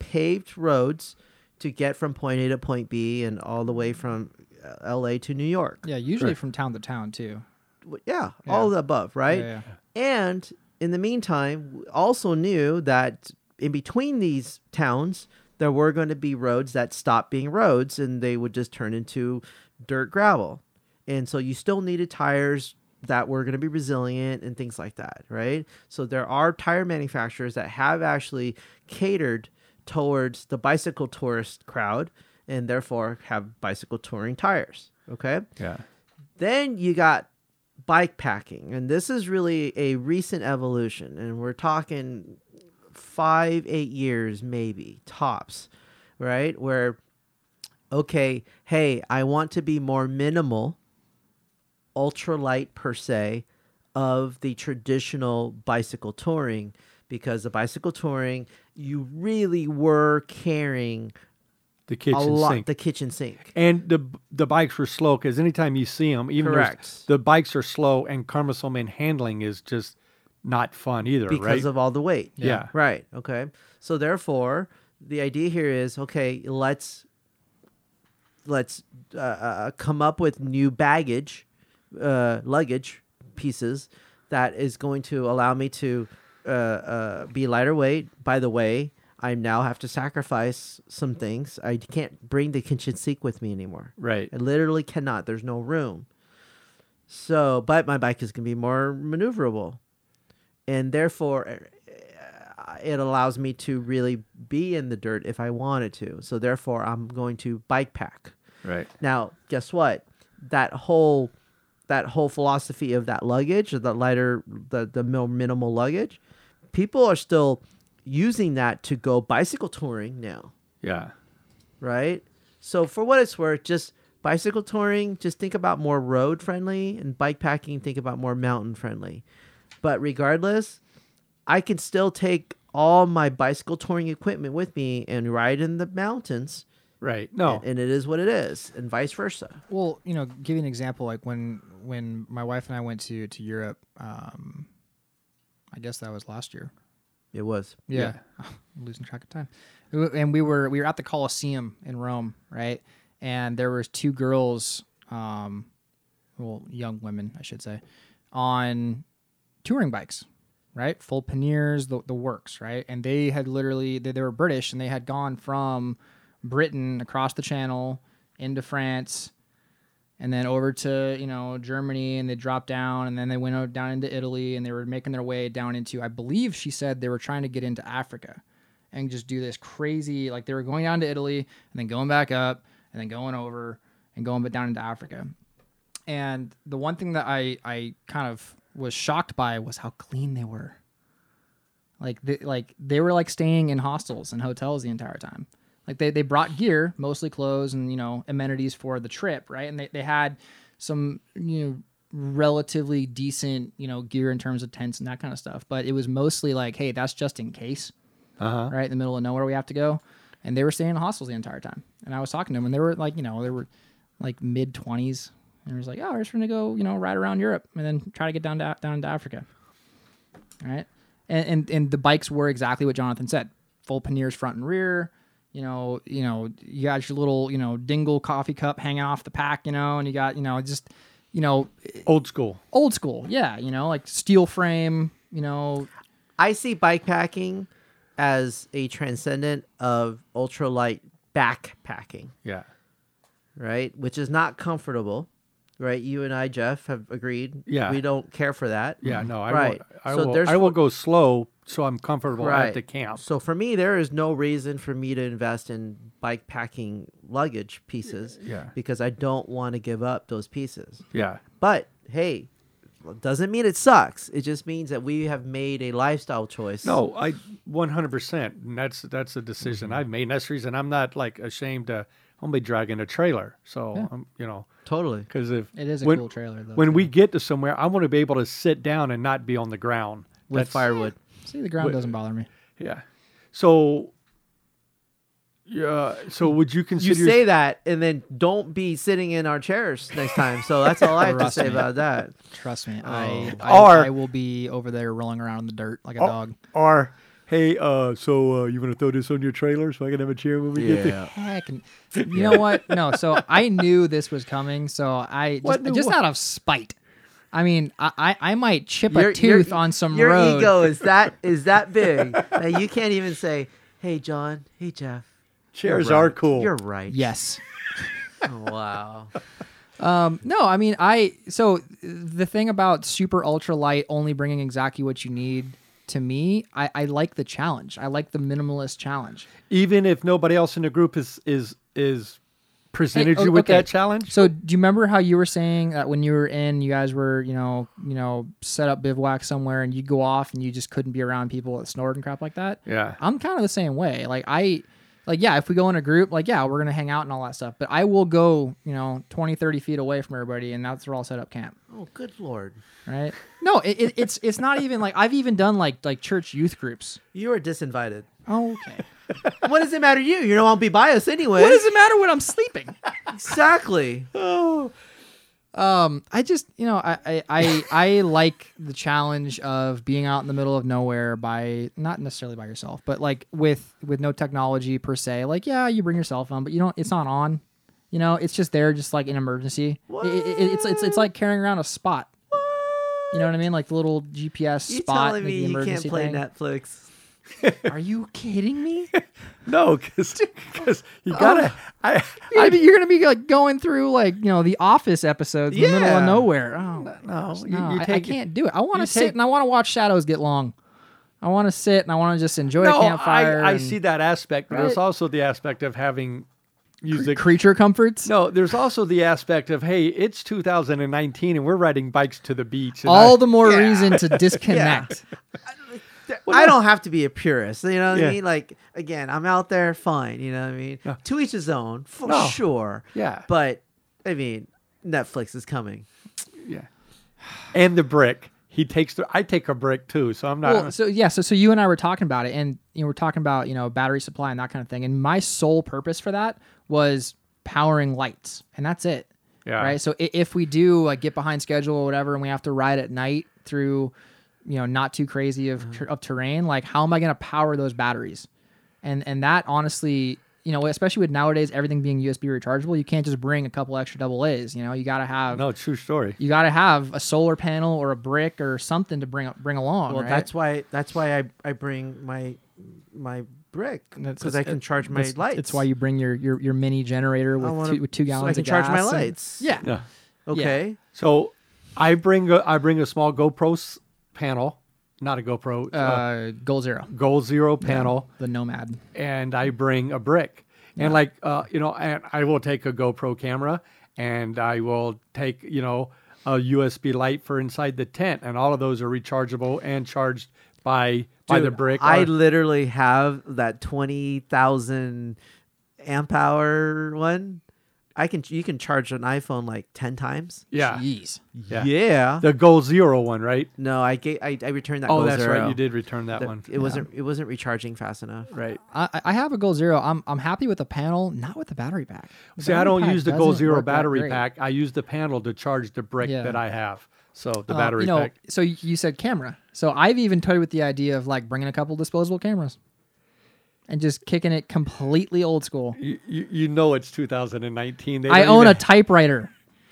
S2: paved roads, to get from point A to point B and all the way from uh, L.A. to New York.
S3: Yeah, usually from town to town too.
S2: W- Yeah, all of the above, right?
S3: Yeah,
S2: And in the meantime, we also knew that in between these towns, there were going to be roads that stopped being roads and they would just turn into dirt gravel. And so you still needed tires that were going to be resilient and things like that, right? So there are tire manufacturers that have actually catered towards the bicycle tourist crowd and therefore have bicycle touring tires, okay?
S1: yeah.
S2: Then you got bike packing, and this is really a recent evolution, and we're talking five, eight years maybe tops, right? Where okay, hey, I want to be more minimal, ultralight per se, of the traditional bicycle touring because the bicycle touring you really were carrying
S1: The
S2: a
S1: kitchen
S2: lot
S1: sink.
S2: the kitchen sink.
S1: and the the bikes were slow because anytime you see them, even there's-
S2: Correct.
S1: the bikes are slow and cumbersome and handling is just not fun either.
S2: because
S1: right?
S2: of all the weight.
S1: Yeah.
S2: Right. Okay. So therefore, the idea here is okay. Let's let's uh, uh, come up with new baggage, uh, luggage pieces that is going to allow me to uh, uh, be lighter weight. By the way, I now have to sacrifice some things. I can't bring the kitchen sink with me anymore.
S1: Right.
S2: I literally cannot. There's no room. So, but my bike is going to be more maneuverable. And therefore, uh, it allows me to really be in the dirt if I wanted to. So, therefore, I'm going to bike pack.
S1: Right.
S2: Now, guess what? That whole that whole philosophy of that luggage, or the lighter, the the mil- minimal luggage, people are still using that to go bicycle touring now,
S1: Yeah.
S2: right? So for what it's worth, just bicycle touring, just think about more road friendly, and bike packing, think about more mountain friendly. But regardless, I can still take all my bicycle touring equipment with me and ride in the mountains,
S1: Right. No.
S2: and it is what it is, and vice versa.
S3: Well, you know, give you an example. Like when when my wife and I went to to Europe, um, I guess that was last year.
S2: It was.
S3: Yeah, [LAUGHS] I'm losing track of time. We were- And we were we were at the Colosseum in Rome, right? And there was two girls, um, well, young women, I should say, on touring bikes, right? Full panniers, the, the works, right? And they had literally they, they were British and they had gone from Britain across the Channel into France. And then over to you know Germany, and they dropped down, and then they went out down into Italy, and they were making their way down into. I believe she said they were trying to get into Africa, and just do this crazy like they were going down to Italy and then going back up and then going over and going but down into Africa. And the one thing that I I kind of was shocked by was how clean they were. Like they, like they were like staying in hostels and hotels the entire time. Like they, they brought gear, mostly clothes and you know amenities for the trip, right? And they, they had some you know relatively decent you know gear in terms of tents and that kind of stuff. But it was mostly like, hey, that's just in case
S1: Uh huh.
S3: right in the middle of nowhere we have to go and they were staying in hostels the entire time and i was talking to them and they were like you know they were like mid 20s and it was like oh we're just gonna go you know ride around europe and then try to get down to down to africa all right and and, and the bikes were exactly what jonathan said full panniers front and rear you know you know you got your little you know dingle coffee cup hanging off the pack you know and you got you know just you know
S1: Old school.
S3: old school yeah you know like steel frame you know
S2: I see bikepacking as a transcendent of ultralight backpacking,
S1: Yeah.
S2: right? Which is not comfortable, right? You and I, Jeff, have agreed.
S1: Yeah.
S2: We don't care for that.
S1: Yeah. No. I
S2: Mm-hmm. Right.
S1: will. I
S2: So
S1: will.
S2: there's-
S1: I will go slow so I'm comfortable
S2: Right.
S1: at the camp.
S2: So for me, there is no reason for me to invest in bikepacking luggage pieces
S1: Yeah.
S2: because I don't want to give up those pieces.
S1: Yeah.
S2: But hey, doesn't mean it sucks. It just means that we have made a lifestyle choice.
S1: No, I 100%. And that's that's a decision
S3: Mm-hmm.
S1: I've made. And that's the reason I'm not like ashamed to only dragging a trailer. So, I'm, you know,
S2: Totally.
S1: because if
S3: it is a
S1: when,
S3: cool trailer though
S1: when we get to somewhere, I want to be able to sit down and not be on the ground
S2: With
S1: That's-
S2: firewood.
S3: see the ground doesn't bother me
S1: Yeah. So, yeah. So, would you
S2: you
S1: consider
S2: say that and then don't be sitting in our chairs next time. So that's all I have to
S3: Trust
S2: say
S3: me.
S2: about that.
S3: Trust me, I,
S1: Oh.
S3: I,
S1: Or-
S3: I will be over there rolling around in the dirt like a dog.
S1: or hey, uh, so uh, you want to throw this on your trailer so I can have a chair when we get there?
S2: [LAUGHS]
S3: Heck, and- you know what? No, so I knew this was coming, so I
S1: What
S3: just,
S1: knew
S3: just
S1: what?
S3: out of spite. I mean, I, I, I might chip
S2: Your-
S3: a tooth
S2: your-
S3: on some
S2: your
S3: road.
S2: ego
S3: [LAUGHS]
S2: is that is that big that you can't even say, "Hey, John. Hey, Jeff."
S1: Chairs
S2: You're
S1: are
S2: right.
S1: cool.
S2: You're right.
S3: Yes.
S2: Oh, [LAUGHS] wow.
S3: Um, no, I mean, I so the thing about super ultra light only bringing exactly what you need to me, I, I like the challenge. I like the minimalist challenge.
S1: Even if nobody else in the group is is is presented
S3: oh,
S1: you with
S3: okay.
S1: that challenge.
S3: So do you remember how you were saying that when you were in, you guys were, you know, you know, set up bivouac somewhere and you'd go off and you just couldn't be around people that snored and crap like that?
S1: Yeah.
S3: I'm kind of the same way. Like I like yeah, if we go in a group, like yeah, we're gonna hang out and all that stuff. But I will go, you know, 20, 30 feet away from everybody and that's where I'll set up camp.
S2: Oh, good lord.
S3: Right? no, it, it, it's it's not even like I've even done like like church youth groups.
S2: You are disinvited.
S3: Oh, okay.
S2: What does it matter to you? You don't want to be biased anyway.
S3: what does it matter when I'm sleeping?
S2: exactly.
S3: [LAUGHS]
S1: Oh,
S3: Um, I just you know I, I I I like the challenge of being out in the middle of nowhere by not necessarily by yourself, but like with with no technology per se. Like yeah, you bring your cell phone, but you don't. It's not on. You know, it's just there, just like an emergency. It- it- it- it's it's it's like carrying around a spot. You know what I mean? Like the little GPS
S2: You
S3: spot.
S2: telling
S3: like the
S2: me you can't
S3: emergency
S2: play
S3: thing.
S2: Netflix?
S3: Are you kidding [LAUGHS] me?
S1: No,
S3: [LAUGHS]
S1: because you gotta.
S3: Oh.
S1: I,
S3: You're gonna, be, you're gonna be like going through like you know the office episodes in the middle of
S1: Yeah.
S3: nowhere. Oh,
S1: no, you,
S3: no,
S1: you
S3: I-
S1: take
S3: I, can't do it. I want to
S1: you
S3: sit
S1: take-
S3: and I want to watch shadows get long. I want to sit and I want to just enjoy
S1: No,
S3: a campfire.
S1: I, I
S3: and
S1: see that aspect, but there's
S3: Right.
S1: also the aspect of having music.
S3: creature comforts.
S1: no, there's also the aspect of hey, it's 2019 and we're riding bikes to the beach. And
S3: All
S1: I-
S3: the more
S2: Yeah.
S3: reason
S1: [LAUGHS]
S3: to disconnect.
S2: I don't have to be a purist. You know what I
S1: Yeah.
S2: mean? Like again, I'm out there, fine. You know what I mean? To each his own, for
S1: No.
S2: sure.
S1: yeah,
S2: But I mean, Netflix is coming.
S1: yeah, and the brick. He takes the. I take a brick too, so I'm not.
S3: Well, so yeah, so so you and I were talking about it, and you know, we're talking about you know battery supply and that kind of thing. And my sole purpose for that was powering lights, and that's it.
S1: Yeah.
S3: Right. So i- if we do like get behind schedule or whatever, and we have to ride at night through, you know, not too crazy of ter- of terrain, like how am I going to power those batteries? And and that honestly, you know, especially with nowadays everything being USB rechargeable, you can't just bring a couple extra double A's. You know, you got to have.
S1: no, true story.
S3: You got to have a solar panel or a brick or something to bring bring along.
S2: Well,
S3: right?
S2: that's why that's why I, I bring my my brick
S3: That's-
S2: because I can charge my
S3: That's-
S2: lights.
S3: That's why you bring your your, your mini generator
S2: I
S3: with,
S2: wanna-
S3: two, with two
S2: so
S3: gallons
S2: I can
S3: of
S2: charge my
S3: gas and-
S2: lights.
S3: yeah.
S1: Yeah.
S2: Okay.
S1: So I bring a, I bring a small GoPro s- panel, not a GoPro, uh,
S3: Uh, goal zero.
S1: Goal Zero panel,
S3: The Nomad.
S1: and I bring a brick. And like uh, you know, and I will take a GoPro camera, and I will take you know a USB light for inside the tent, and all of those are rechargeable and charged by by the
S2: Dude,
S1: brick.
S2: I
S1: or-
S2: literally have that twenty thousand amp hour one. I can you can charge an iPhone like ten times.
S1: yeah,
S3: Jeez.
S1: yeah,
S2: Yeah.
S1: the Goal Zero one, right?
S2: No, I gave, I, I returned that.
S1: Oh,
S2: Goal
S1: that's
S2: Zero.
S1: right. You did return that,
S2: That-
S1: one.
S2: It wasn't it wasn't recharging fast enough.
S1: right.
S3: I, I- I have a goal zero. I'm I'm happy with the panel, not with the battery pack. The
S1: See, I
S3: battery
S1: don't
S3: pack
S1: use the Goal
S3: doesn't
S1: Zero
S3: work that
S1: battery
S3: great.
S1: pack. I use the panel to charge the brick
S3: Yeah.
S1: that I have. So the
S3: Uh,
S1: battery
S3: you know,
S1: pack.
S3: So you you said camera. So I've even toyed with the idea of like bringing a couple disposable cameras, and just kicking it completely old school.
S1: You, you, you know it's 2019. They
S3: I
S1: don't
S3: own a
S1: even-
S3: typewriter.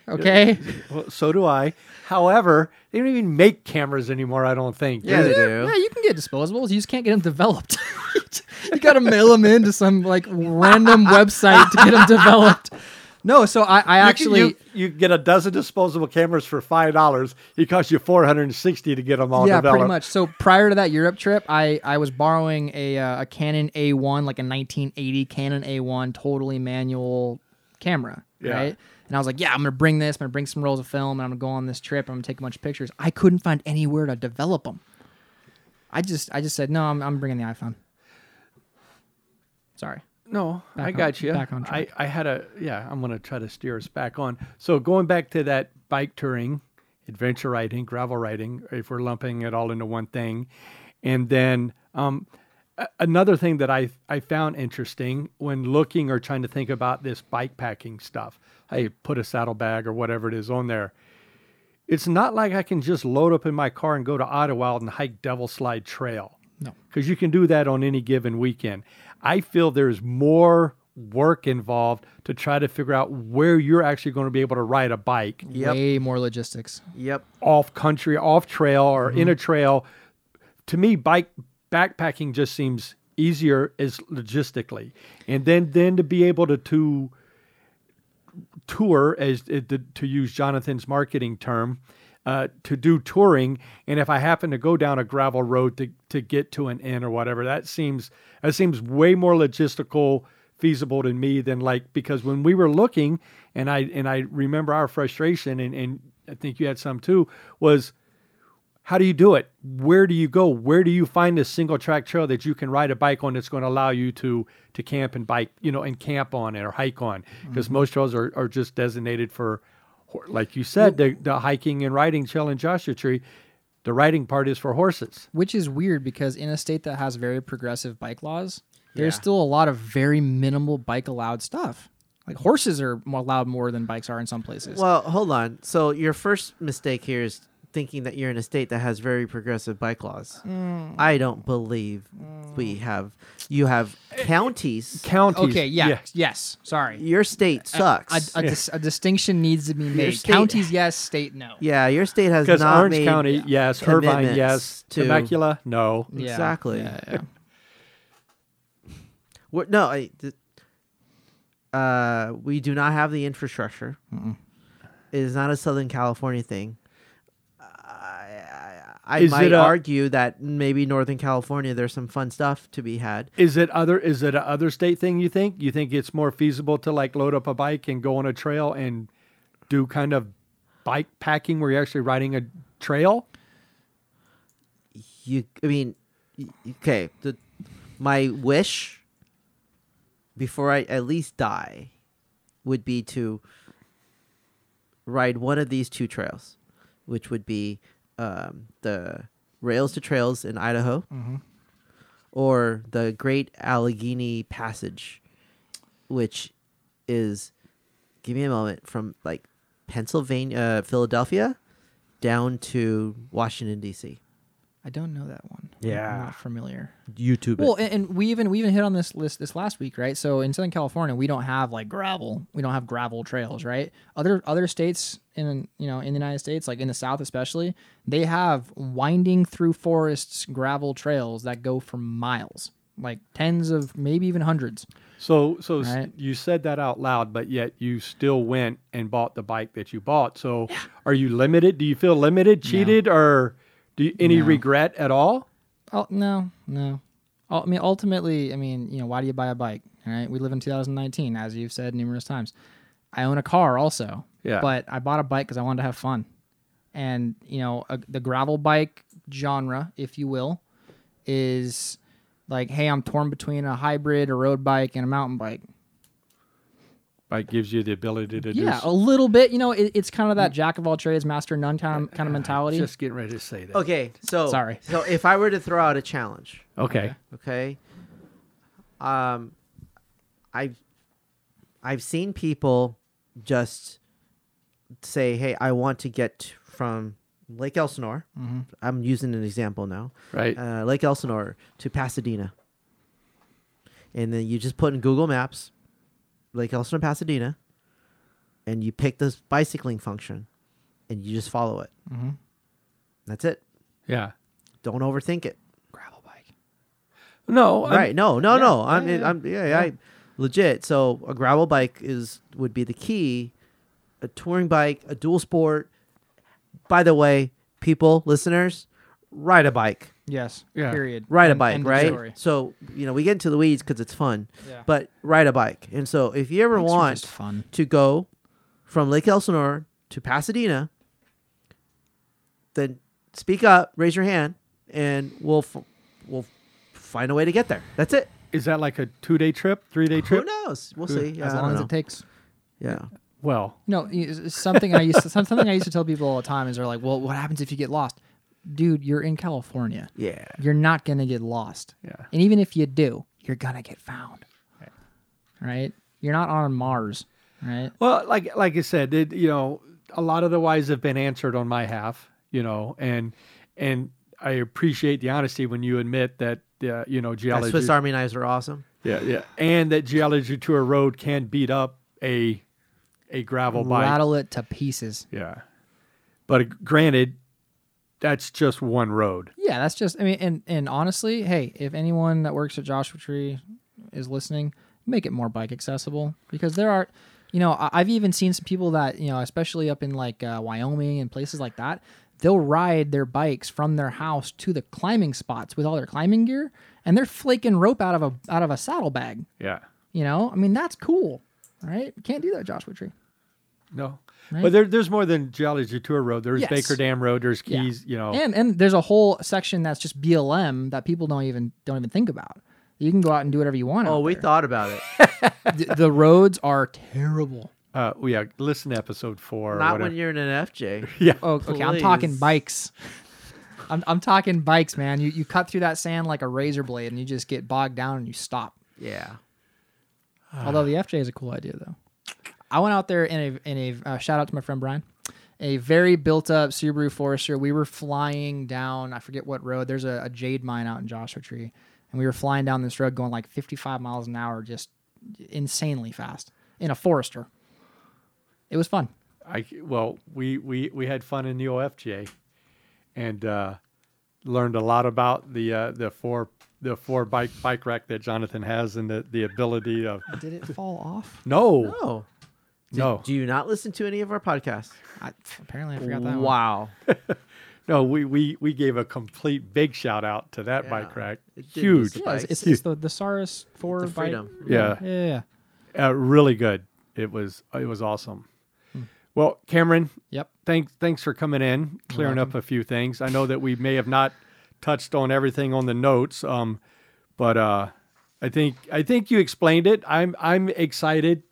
S3: Okay.
S1: well, so do I. However, they don't even make cameras anymore. I don't think.
S2: Yeah, they do.
S3: Yeah, you can get disposables. You just can't get them developed. [LAUGHS] you got to mail them into some like random website to get them developed. No, so I, I
S1: You-
S3: actually
S1: you, you get a dozen disposable cameras for five dollars. It costs you 460 to get them all
S3: yeah,
S1: developed.
S3: pretty much. So prior to that Europe trip, I I was borrowing a uh, a Canon A1, like a 1980 Canon A1, totally manual camera,
S1: Yeah.
S3: right? And I was like, yeah, I'm gonna bring this. I'm gonna bring some rolls of film, and I'm gonna go on this trip. I'm gonna take a bunch of pictures. I couldn't find anywhere to develop them. I just I just said no. I'm I'm bringing the iPhone. Sorry.
S1: No, I
S3: on-
S1: got you.
S3: back on track.
S1: I, I had a yeah. I'm gonna try to steer us back on. So going back to that bike touring, adventure riding, gravel riding, if we're lumping it all into one thing, and then um, a- another thing that I I found interesting when looking or trying to think about this bike packing stuff. I put a saddlebag or whatever it is on there. It's not like I can just load up in my car and go to Ottawa and hike Devil Slide Trail
S3: No.
S1: because you can do that on any given weekend. I feel there's more work involved to try to figure out where you're actually going to be able to ride a bike
S2: Yep.
S3: Way more logistics.
S2: Yep.
S1: off country, off trail, or in a trail. To me, bike backpacking just seems easier as logistically, and then then to be able to to tour as it- to, to use Jonathan's marketing term. Uh, to do touring, and if I happen to go down a gravel road to, to get to an inn or whatever, that seems that seems way more logistical feasible to me than like because when we were looking, and I and I remember our frustration, and, and I think you had some too, was how do you do it? Where do you go? Where do you find a single track trail that you can ride a bike on that's going to allow you to to camp and bike, you know, and camp on it or hike on? Because most trails are, are just designated for, hor- like you said, the, the hiking and riding trail in Joshua Tree. The riding part is for horses.
S3: which is weird because in a state that has very progressive bike laws, there's
S2: Yeah.
S3: still a lot of very minimal bike allowed stuff. Like horses are more allowed more than bikes are in some places.
S2: Well, hold on. So your first mistake here is thinking that you're in a state that has very progressive bike laws.
S1: Mm.
S2: I don't believe we have. You have
S1: Eh,
S2: counties.
S1: Counties.
S3: okay, yeah, yes, sorry.
S2: Your state
S3: A,
S2: sucks.
S3: a dis- a distinction needs to be made.
S2: state-
S3: Counties, yes. State, no.
S2: yeah, your state has
S1: Because
S2: not
S1: Orange
S2: made
S1: County, yes. Irvine, yes.
S2: commitments to-
S1: Temecula, no.
S3: Yeah,
S2: Exactly.
S3: yeah, yeah.
S2: We're, no, I, th- uh, we do not have the infrastructure. It is not a Southern California thing. I, I, I
S1: Is
S2: might
S1: it a-
S2: argue that maybe Northern California, there's some fun stuff to be had.
S1: Is it other? Is it a other state thing? You think? You think it's more feasible to like load up a bike and go on a trail and do kind of bike packing where you're actually riding a trail?
S2: You, I mean, y- okay. The, my wish before I at least die would be to ride one of these two trails, which would be um, the Rails to Trails in Idaho or the Great Allegheny Passage, which is, give me a moment, from like Pennsylvania, uh, Philadelphia down to Washington, D.C.
S3: I don't know that one. I'm
S1: Yeah.
S3: not familiar.
S2: YouTube.
S3: Well, and, and we even we even hit on this list this last week, right? So in Southern California, we don't have like gravel. We don't have gravel trails, right? Other other states in you know in the United States, like in the South especially, they have winding through forests gravel trails that go for miles, like tens of maybe even hundreds.
S1: So, so s-
S3: Right.
S1: you said that out loud, but yet you still went and bought the bike that you bought. So, are you limited? Do you feel limited, cheated, or do you, any
S3: No.
S1: regret at all?
S3: Oh no, no. Ul- I mean, ultimately, I mean, you know, why do you buy a bike? All right, we live in 2019, as you've said numerous times. I own a car also.
S1: Yeah.
S3: But I bought a bike because I wanted to have fun, and you know, a, the gravel bike genre, if you will, is like, hey, I'm torn between a hybrid, a road bike, and a mountain bike.
S1: Bike gives you the ability to do.
S3: Yeah,
S1: s-
S3: a little bit. You know, it, it's kind of that jack of all trades, master of none kind of, kind of mentality.
S1: Just getting ready to say that.
S2: okay, so
S3: Sorry.
S2: So if I were to throw out a challenge,
S1: Okay.
S2: okay, um, I've I've seen people just say, "Hey, I want to get from Lake Elsinore." I'm using an example now.
S1: Right.
S2: uh, Lake Elsinore to Pasadena. And then you just put in Google Maps, Lake Elsinore, Pasadena, and you pick this bicycling function and you just follow it.
S3: Mhm.
S2: That's it.
S1: yeah.
S2: Don't overthink it.
S3: gravel bike.
S1: No. I'm-
S2: right. No, no, no.
S3: yeah,
S2: I'm,
S3: yeah,
S2: I'm, yeah, I, legit. So a gravel bike is, would be the key. A touring bike, a dual sport. By the way, people, listeners, ride a bike.
S3: Yes.
S1: Yeah.
S3: Period.
S2: ride a
S3: End-
S2: bike,
S3: end of
S2: right?
S3: story.
S2: So you know we get into the weeds because it's fun,
S3: Yeah.
S2: but ride a bike. And so if you ever
S3: Bikes are
S2: want
S3: just fun.
S2: to go from Lake Elsinore to Pasadena, then speak up, raise your hand, and we'll f- we'll find a way to get there. That's it.
S1: Is that like a two-day trip, three-day
S2: Who
S1: trip?
S2: knows? We'll
S1: Who-
S2: see. Yeah,
S3: as
S2: I
S3: long
S2: don't
S3: as
S2: know.
S3: it takes.
S2: yeah.
S1: Well,
S3: No, y- it's- it's something I used to, some- something I used to tell people all the time is they're like, "Well, what happens if you get lost?" Dude, you're in California.
S2: Yeah.
S3: You're not gonna get lost.
S1: Yeah.
S3: And even if you do, you're gonna get found. Right. You're not on Mars. Right.
S1: Well, like like I said, it, you know, a lot of the whys have been answered on my half, you know, and and I appreciate the honesty when you admit that uh, you know
S2: Yeah,
S1: geology,
S2: Swiss Army knives are awesome.
S1: yeah, yeah, and that geology tour road can beat up a a gravel bike,
S3: Rattle it to pieces.
S1: yeah. But uh, granted, that's just one road.
S3: Yeah, that's just. I mean, and and honestly, hey, if anyone that works at Joshua Tree is listening, make it more bike accessible because there are, you know, I, I've even seen some people that you know, especially up in like uh, Wyoming and places like that, they'll ride their bikes from their house to the climbing spots with all their climbing gear, and they're flaking rope out of a out of a saddlebag.
S1: Yeah,
S3: You know, I mean, that's cool, right? You can't do that, at Joshua Tree.
S1: no,
S3: Right.
S1: but there, there's more than geology tour road. There's
S3: Yes.
S1: Baker Dam Road. There's
S3: Yeah.
S1: Keys, you
S2: Oh.
S1: know.
S3: And and there's a whole section that's just BLM that people don't even don't even think about. You can go out and do whatever you want.
S2: Oh,
S3: out
S2: we
S3: there.
S2: thought about it.
S3: the, the roads are terrible.
S1: uh, yeah, listen to episode four. or
S2: Not
S1: whatever.
S2: when you're in an FJ.
S1: yeah.
S3: Oh, okay. I'm talking
S2: Please.
S3: bikes. I'm, I'm talking bikes, man. You you cut through that sand like a razor blade, and you just get bogged down and you stop.
S2: Yeah.
S3: Although the FJ is a cool idea, though. I went out there in a in a uh, shout out to my friend Brian, a very built up Subaru Forester. We were flying down. I forget what road. There's a, a jade mine out in Joshua Tree, and we were flying down this road going like 55 miles an hour, just insanely fast in a Forester. It was fun.
S1: I well, we we we had fun in the OFJ, and uh, learned a lot about the uh, the four the four bike bike rack that Jonathan has and the, the ability
S2: [LAUGHS]
S1: of
S3: Did it fall off?
S1: no no,
S2: No. Did- Do you not listen to any of our podcasts?
S3: I, apparently, I forgot that one.
S2: wow.
S1: no we, we we gave a complete big shout out to that bike
S2: Yeah.
S1: rack
S2: It did
S1: huge
S2: just-
S3: Yeah, it's,
S2: Bikes.
S3: it's, it's the the Saurus four
S2: The
S3: bike.
S2: freedom.
S1: Yeah.
S3: yeah, yeah.
S1: uh, really good it was it was awesome
S2: Hmm.
S1: well Cameron
S3: Yep.
S1: thanks thanks for coming in, clearing up a few things. I know that we may have not touched on everything on the notes, um, but uh, I think I think you explained it. I'm I'm excited.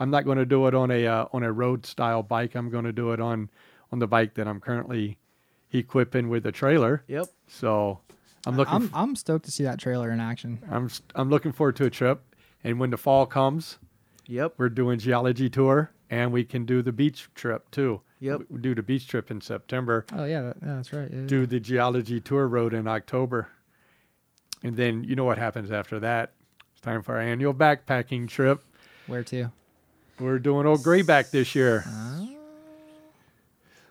S1: I'm not going to do it on a uh, on a road style bike. I'm going to do it on on the bike that I'm currently equipping with a trailer.
S2: Yep.
S1: So I'm looking
S3: I'm I'm stoked to see that trailer in action.
S1: I'm s- I'm looking forward to a trip. And when the fall comes,
S2: Yep.
S1: we're doing geology tour, and we can do the beach trip too.
S2: Yep.
S1: we do the beach trip in September.
S3: Oh yeah, that, yeah that's right. Yeah.
S1: do the geology tour road in October. And then you know what happens after that. It's time for our annual backpacking trip.
S3: Where to?
S1: We're doing old grayback this year.
S2: Uh-huh.
S3: Oh.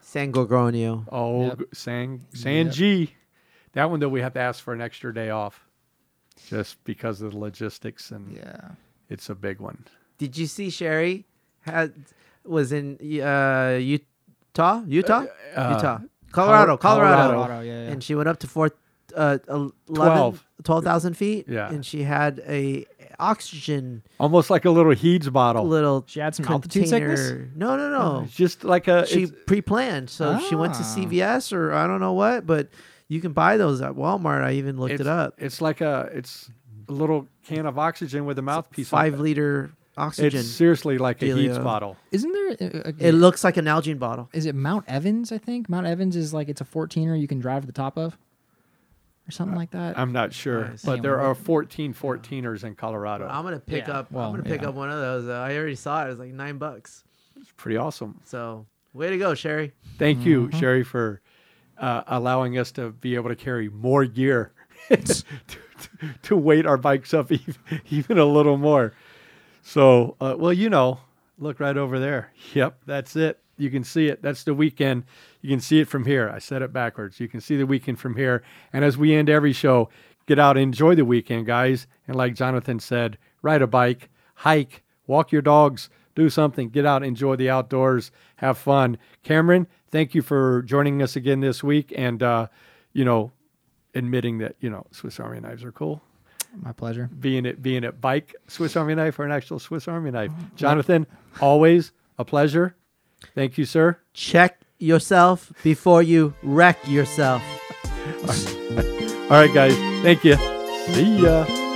S2: San Gorgonio.
S1: Oh,
S3: Yep.
S1: San San
S3: Yep.
S1: G. That one though we have to ask for an extra day off just because of the logistics and
S3: Yeah.
S1: it's a big one.
S2: Did you see Sherry had was in uh, Utah, Utah,
S1: uh,
S2: Utah, Colorado, Colorado,
S3: Colorado, yeah, yeah.
S2: and she went up to four, uh, el- 11
S1: Twelve.
S2: 12,000 feet,
S1: Yeah.
S2: and she had a oxygen
S1: Almost like a little Heeds bottle.
S2: little.
S3: She had some altitude
S2: container.
S3: sickness?
S2: No, no, no.
S1: It's just like a
S2: she
S1: Oh, uh, it's-
S2: pre-planned, so she went to
S3: Ah.
S2: CVS or I don't know what, but you can buy those at Walmart. I even looked
S1: it's,
S2: it up.
S1: It's like a it's a little can of oxygen with a mouthpiece. on
S2: Five
S1: it.
S2: liter oxygen.
S1: It's seriously like a Heeds
S2: dealio.
S1: bottle.
S3: Isn't there? A, a,
S2: it looks like an Nalgene bottle.
S3: is it Mount Evans? I think Mount Evans is like it's a 14er you can drive to the top of, or something like that.
S1: I'm not sure,
S2: Nice.
S1: but
S3: Yeah,
S1: there
S3: well,
S1: are 14 14ers in Colorado.
S2: I'm gonna pick
S3: Yeah,
S2: up.
S3: well,
S2: I'm gonna pick
S3: yeah.
S2: up one of those. Uh, I already saw it. It was like nine bucks.
S1: It's pretty awesome.
S2: So way to go, Sherry.
S1: Thank you, Sherry, for uh, allowing us to be able to carry more gear [LAUGHS] to, to, to weight our bikes up even, even a little more. So, uh, well, you know, look right over there. Yep, that's it. You can see it. That's the weekend. You can see it from here. I said it backwards. You can see the weekend from here. And as we end every show, get out, enjoy the weekend, guys. And like Jonathan said, ride a bike, hike, walk your dogs, do something, get out, enjoy the outdoors, have fun. Cameron, thank you for joining us again this week and, uh, you know, admitting that, you know, Swiss Army knives are cool
S3: My pleasure.
S1: being it being it bike Swiss Army knife or an actual Swiss Army knife. Jonathan, always a pleasure. Thank you, sir.
S2: Check yourself before you wreck yourself.
S1: All right, guys. Thank you. See ya.